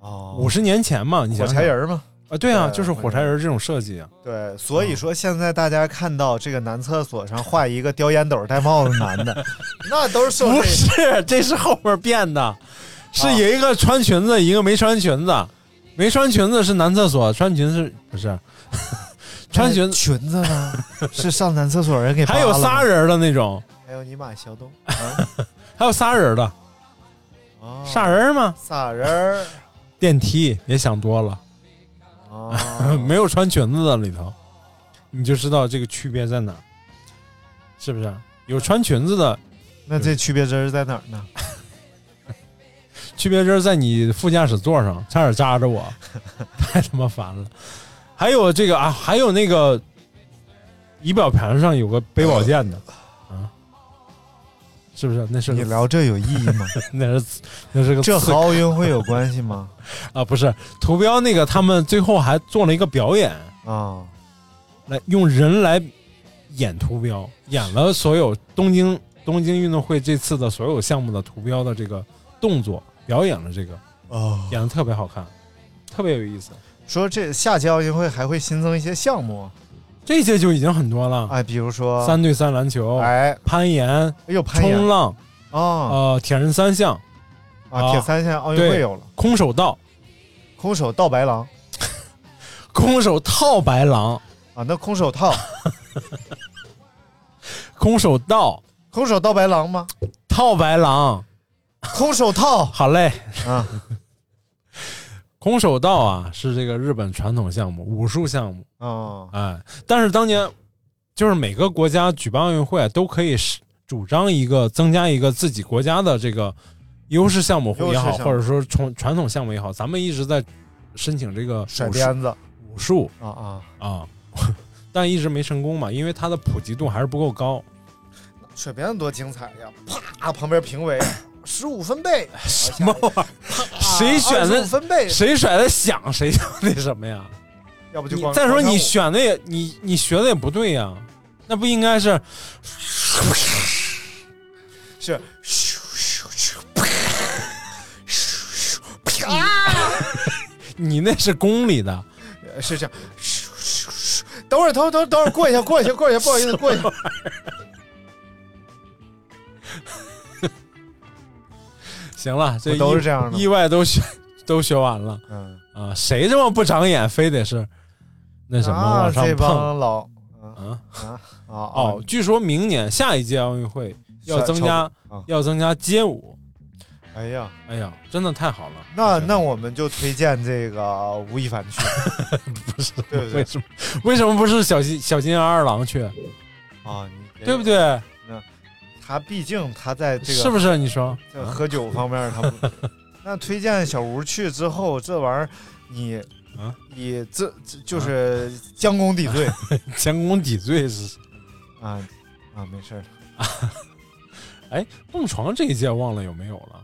S9: 哦，
S10: 五十年前嘛，你想
S9: 火柴人嘛，
S10: 啊，对啊，
S9: 对
S10: 就是火柴人这种设计啊。
S9: 对，所以说现在大家看到这个男厕所上画一个叼烟斗、戴帽子男
S10: (laughs)
S9: 的，那都是受
S10: 不
S9: 这
S10: 是，这是后面变 (laughs) 的，是有一个穿裙子，一个没穿裙子，没穿裙子是男厕所，穿裙子是不是？穿裙
S9: 那裙子呢，
S10: (laughs)
S9: 是上男厕所人给扒
S10: 还有
S9: 了
S10: 仨
S9: 吗，
S10: 人的那种，
S9: 还有尼玛小
S10: (laughs)
S9: 东，啊
S10: 还有仨人的，
S9: 哦
S10: 仨人吗？
S9: 仨人
S10: (laughs)
S9: 儿
S10: 电梯也想多了，
S9: 哦
S10: (laughs) 没有穿裙子的里头，你就知道这个区别在哪儿，是不是？有穿裙子的
S9: 那这区别针儿在哪儿呢？
S10: 区别就是在你副驾驶座上，差点扎着我，太他妈烦了。还有这个啊，还有那个仪表盘上有个背宝剑的啊，是不是？那是
S9: 你聊这有意义
S10: (laughs)
S9: 吗？
S10: 那是那是个
S9: 这
S10: 刺
S9: 和奥运会有关系
S10: (laughs)
S9: 吗？
S10: 啊，不是图标那个，他们最后还做了一个表演，
S9: 啊，
S10: 来用人来演图标，演了所有东京东京运动会这次的所有项目的图标的这个动作，表演了这个，
S9: 哦，
S10: 演的特别好看，特别有意思。
S9: 说这下届奥运会还会新增一些项目，啊
S10: 这些就已经很多了，
S9: 哎，比如说
S10: 三对三篮球、
S9: 哎，
S10: 攀岩、
S9: 哎呦，攀岩
S10: 冲浪、
S9: 啊
S10: 呃铁人三项、
S9: 啊，铁三项奥运会
S10: 对
S9: 有了，
S10: 空手道、
S9: 空手道白狼
S10: 空手套白狼、
S9: 啊，那空手
S10: (laughs)
S9: 套，
S10: 空手道、
S9: 空手道白狼吗？
S10: 套白狼。
S9: 空手套
S10: 好嘞，
S9: 啊，
S10: (laughs) 空手道啊是这个日本传统项目，武术项目。
S9: 啊，
S10: 哎，但是当年就是每个国家举办奥运会啊都可以是主张一个增加一个自己国家的这个优势项目
S9: 优势
S10: 也好，
S9: 项目
S10: 或者说传传统项目也好，咱们一直在申请这个
S9: 甩
S10: 武术
S9: 鞭子
S10: 武术
S9: 啊啊，
S10: 啊， (laughs) 但一直没成功嘛，因为它的普及度还是不够高。
S9: 甩鞭子多精彩呀！啪，旁边评委 (coughs) 十五分贝，啊
S10: 什么
S9: (laughs)
S10: 玩意儿？谁选
S9: 十五
S10: 的？
S9: 分贝？
S10: 谁甩的响，谁就那什么呀？
S9: 要不就
S10: 你
S9: 光
S10: 再说
S9: 广场
S10: 你
S9: 舞
S10: 选的也你你学的也不对呀，那不应该是
S9: 是
S10: 你那是公里的，
S9: 呃是这样。 (laughs) 等会儿，等会儿，等会儿，等会儿，过一下，过一下，过一下，不好意思，过一下。
S10: 行了，这
S9: 不都
S10: 意
S9: 是这样的吗
S10: 意外都学都学完了
S9: 嗯，
S10: 啊！谁这么不长眼，非得是那什么
S9: 啊
S10: 往上
S9: 这
S10: 碰
S9: 帮老
S10: 啊？
S9: 啊啊
S10: 哦，，据说明年下一届奥运会要增加
S9: 啊
S10: 要增加街舞，
S9: 哎呀，
S10: 哎呀，真的太好了！
S9: 那那我们就推荐这个吴亦凡去，
S10: (laughs) 不是
S9: 对不对
S10: 为什么为什么不是小金小金二郎去，
S9: 啊，你
S10: 对不？对？
S9: 他毕竟他在这个
S10: 是不是？你说
S9: 这喝酒方面他
S10: (laughs)
S9: 不，那推荐小吴去之后，这玩意儿你
S10: 啊
S9: 你这这就是将功抵
S10: (laughs)
S9: 罪
S10: 前功抵罪是
S9: 啊啊，没事儿。
S10: 蹦床这一届忘了有没有了？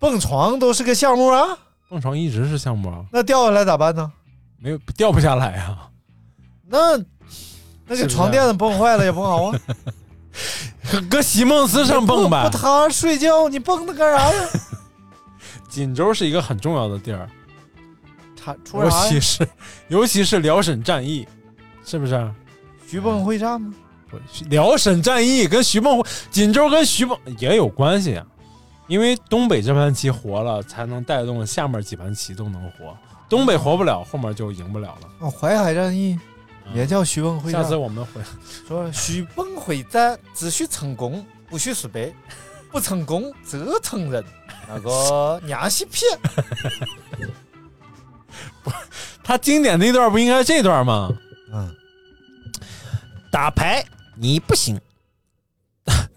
S9: 蹦床都是个项目啊，
S10: 蹦床一直是项目啊，
S9: 那掉下来咋办呢？
S10: 没有掉不下来啊。
S9: 那那
S10: 是
S9: 给
S10: 不是
S9: 床垫子蹦坏了也不好啊，
S10: 搁席梦思上 (laughs) 蹦呗
S9: 不，踏实睡觉，你蹦它干啥呀？
S10: 锦州是一个很重要的地儿，
S9: 他出
S10: 尤
S9: 啥
S10: 其
S9: 呀？
S10: 是尤其是辽沈战役，是啊不是？
S9: 徐蚌会战吗？
S10: 不辽沈战役跟徐蚌、锦州跟徐蚌也有关系啊，因为东北这盘棋活了，才能带动下面几盘棋都能活。东北活不了，后面就赢不了了。
S9: 哦，淮海战役也叫徐蚌会
S10: 下
S9: 战。
S10: 次我们回
S9: 说徐蚌会战只需成功，不许失败，不成功则成仁。那个娘西片，
S10: 他经典那段不应该这段吗？
S9: 嗯，
S11: 打牌你不
S10: (laughs)
S11: 行，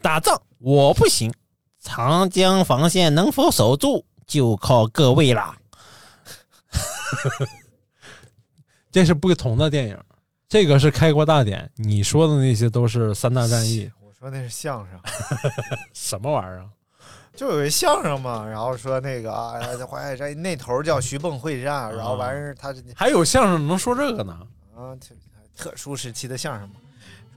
S11: 打仗我不行，长江防线能否守住就靠各位啦。
S10: (laughs) 这是不同的电影，这个是开国大典。 (laughs) 你说的那些都是三大战役，
S9: 我说那是相声，
S10: 什么玩意儿啊？
S9: 就有一相声嘛，然后说那个啊，淮海山那头叫徐蚌会战，然后完事儿他是
S10: 还有相声能说这个呢？
S9: 啊，特特殊时期的相声嘛。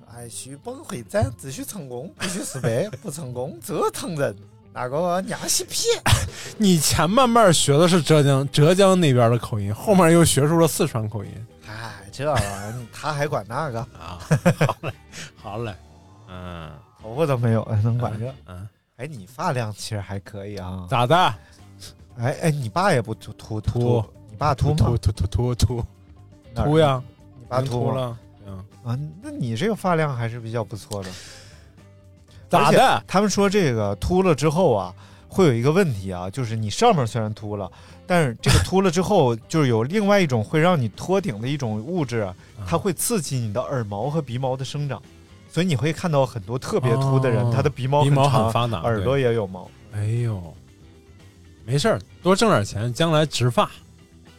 S9: 说哎，徐蚌会战，只需成功，不需失败，不成功则成仁。哪个娘西骗？
S10: 你前半半学的是浙江浙江那边的口音，后面又学出了四川口音。
S9: 哎，这玩意儿他还管那个
S10: 啊？好嘞，好嘞，嗯，
S9: 头发都没有， (laughs) 能管这？
S10: 嗯，
S9: 哎，你发量其实还可以啊。
S10: 咋的？
S9: 哎哎，你爸也不秃秃
S10: 秃？
S9: 你爸秃吗
S10: 秃？秃秃秃秃
S9: 哪儿
S10: 秃呀？
S9: 你爸
S10: 已经
S9: 秃
S10: 秃
S9: 吗
S10: 了？嗯，
S9: 啊，那你这个发量还是比较不错的。
S10: 咋的
S9: 而且他们说这个秃了之后啊，会有一个问题啊，就是你上面虽然秃了，但是这个秃了之后，就是有另外一种会让你脱顶的一种物质，啊
S10: 嗯
S9: 它会刺激你的耳毛和鼻毛的生长，所以你会看到很多特别秃的人，
S10: 哦
S9: 他的鼻毛
S10: 鼻毛
S9: 长
S10: 很发达
S9: 耳朵
S10: 对
S9: 也有毛。
S10: 哎呦，没事儿，多挣点钱，将来
S9: (laughs)
S10: 植发。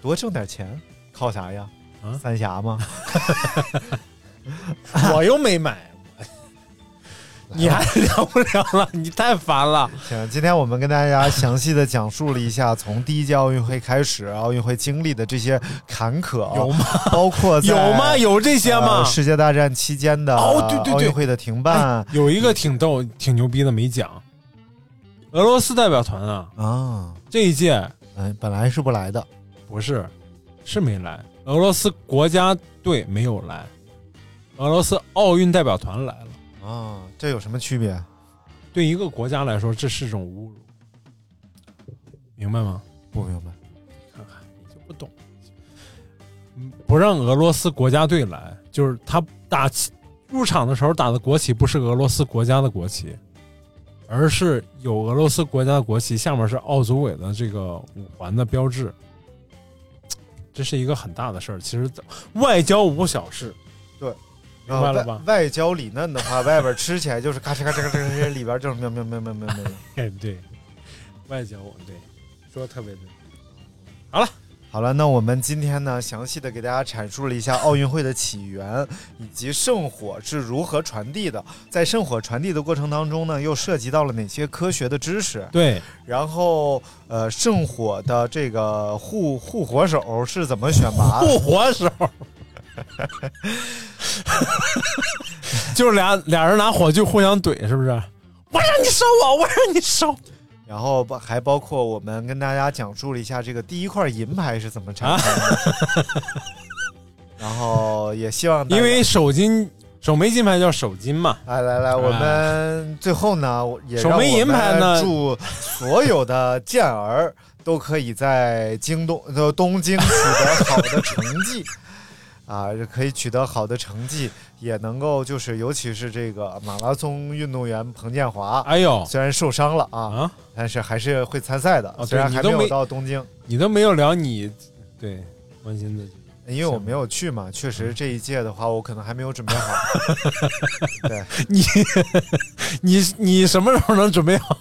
S9: 多挣点钱，靠啥呀？
S10: 啊
S9: 三峡吗？ (laughs)
S10: 我又没买，
S9: (laughs)
S10: 你还聊不聊了？你太烦了。
S9: 行，今天我们跟大家详细的讲述了一下从第一届奥运会开始，奥运会经历的这些坎坷，啊
S10: 有吗？
S9: 包括在
S10: 有吗有这些吗
S9: 呃世界大战期间的
S10: 哦对对对
S9: 奥运会的停办
S10: 有一个挺逗、挺牛逼的没讲，俄罗斯代表团啊，
S9: 啊，
S10: 这一届
S9: 嗯，本来是不来的，
S10: 不是是没来，俄罗斯国家队没有来，俄罗斯奥运代表团来了。
S9: 啊，这有什么区别？
S10: 对一个国家来说，这是种侮辱，明白吗？
S9: 不明白。
S10: 看看你就不懂，嗯不让俄罗斯国家队来，就是他打旗入场的时候打的国旗不是俄罗斯国家的国旗，而是有俄罗斯国家的国旗，下面是奥组委的这个五环的标志。这是一个很大的事儿，其实外交无小事，
S9: 对，
S10: 明白了吧
S9: 啊外外焦里嫩的话，外边吃起来就是咔哧咔哧咔哧咔哧，里边就是喵喵喵喵喵喵。
S10: 哎，对，外交对，说的特别对。好了，
S9: 好了，那我们今天呢，详细的给大家阐述了一下奥运会的起源，以及圣火是如何传递的。在圣火传递的过程当中呢，又涉及到了哪些科学的知识？
S10: 对，
S9: 然后，呃，圣火的这个护护火手是怎么选拔？
S10: 不火手， (laughs) 就是俩俩人拿火炬互相怼，是不是？我让你烧啊我，我让你烧
S9: 然后包还包括我们跟大家讲述了一下这个第一块银牌是怎么产生的。
S10: (laughs)
S9: 然后也希望大家
S10: 因为手金手没金牌叫手金嘛，
S9: 来来来，我们最后呢，我也
S10: 手没哎银牌呢
S9: 让我们祝所有的健儿都可以在京东 (laughs) 呃东京取得好的成绩。 (laughs) 啊，可以取得好的成绩，也能够就是，尤其是这个马拉松运动员彭建华，
S10: 哎呦
S9: 虽然受伤了啊，
S10: 啊，哦
S9: 但是还是会参赛的，
S10: 对
S9: 虽然还
S10: 你都没
S9: 有到东京，
S10: 你都没有聊你对关心自己，
S9: 因为我没有去嘛，确实这一届的话，我可能还没有准备
S10: (laughs)
S9: 好。对，
S10: 你你你什么时候能准备好？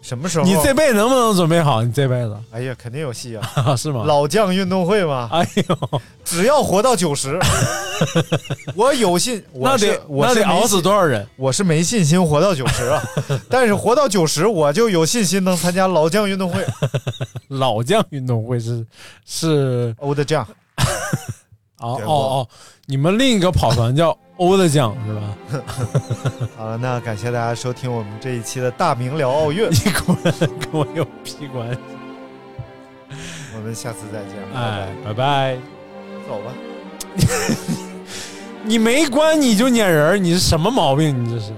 S9: 什么时候？
S10: 你这辈子能不能准备好？你这辈子、 (laughs)
S9: 哎呀，肯定有戏啊！
S10: 啊、是吗？
S9: 老将运动会嘛，
S10: 哎呦，
S9: 只要活到九
S10: (laughs)
S9: 十，我有信，我
S10: 那
S9: 是
S10: 得
S9: 我
S10: 那
S9: 是
S10: 得
S9: 没
S10: 熬死
S9: 信
S10: 多少人？
S9: 我是没信心活到九十
S10: (laughs)
S9: 啊，但是活到九十，我就有信心能参加老将运动会。
S10: 老将运动会是是
S9: 欧的将，
S10: 哦
S9: 对
S10: 哦
S9: 我
S10: 哦，你们另一个跑团叫欧的酱是吧？
S9: 好了，那感谢大家收听我们这一期的大明聊奥运，
S10: 你滚，跟我 (laughs) 有屁关系！
S9: 我们下次再见，拜
S10: 哎
S9: 拜，，
S10: 拜拜！
S9: 走吧。
S10: 你没关你就撵人儿，你是什么毛病？你这是。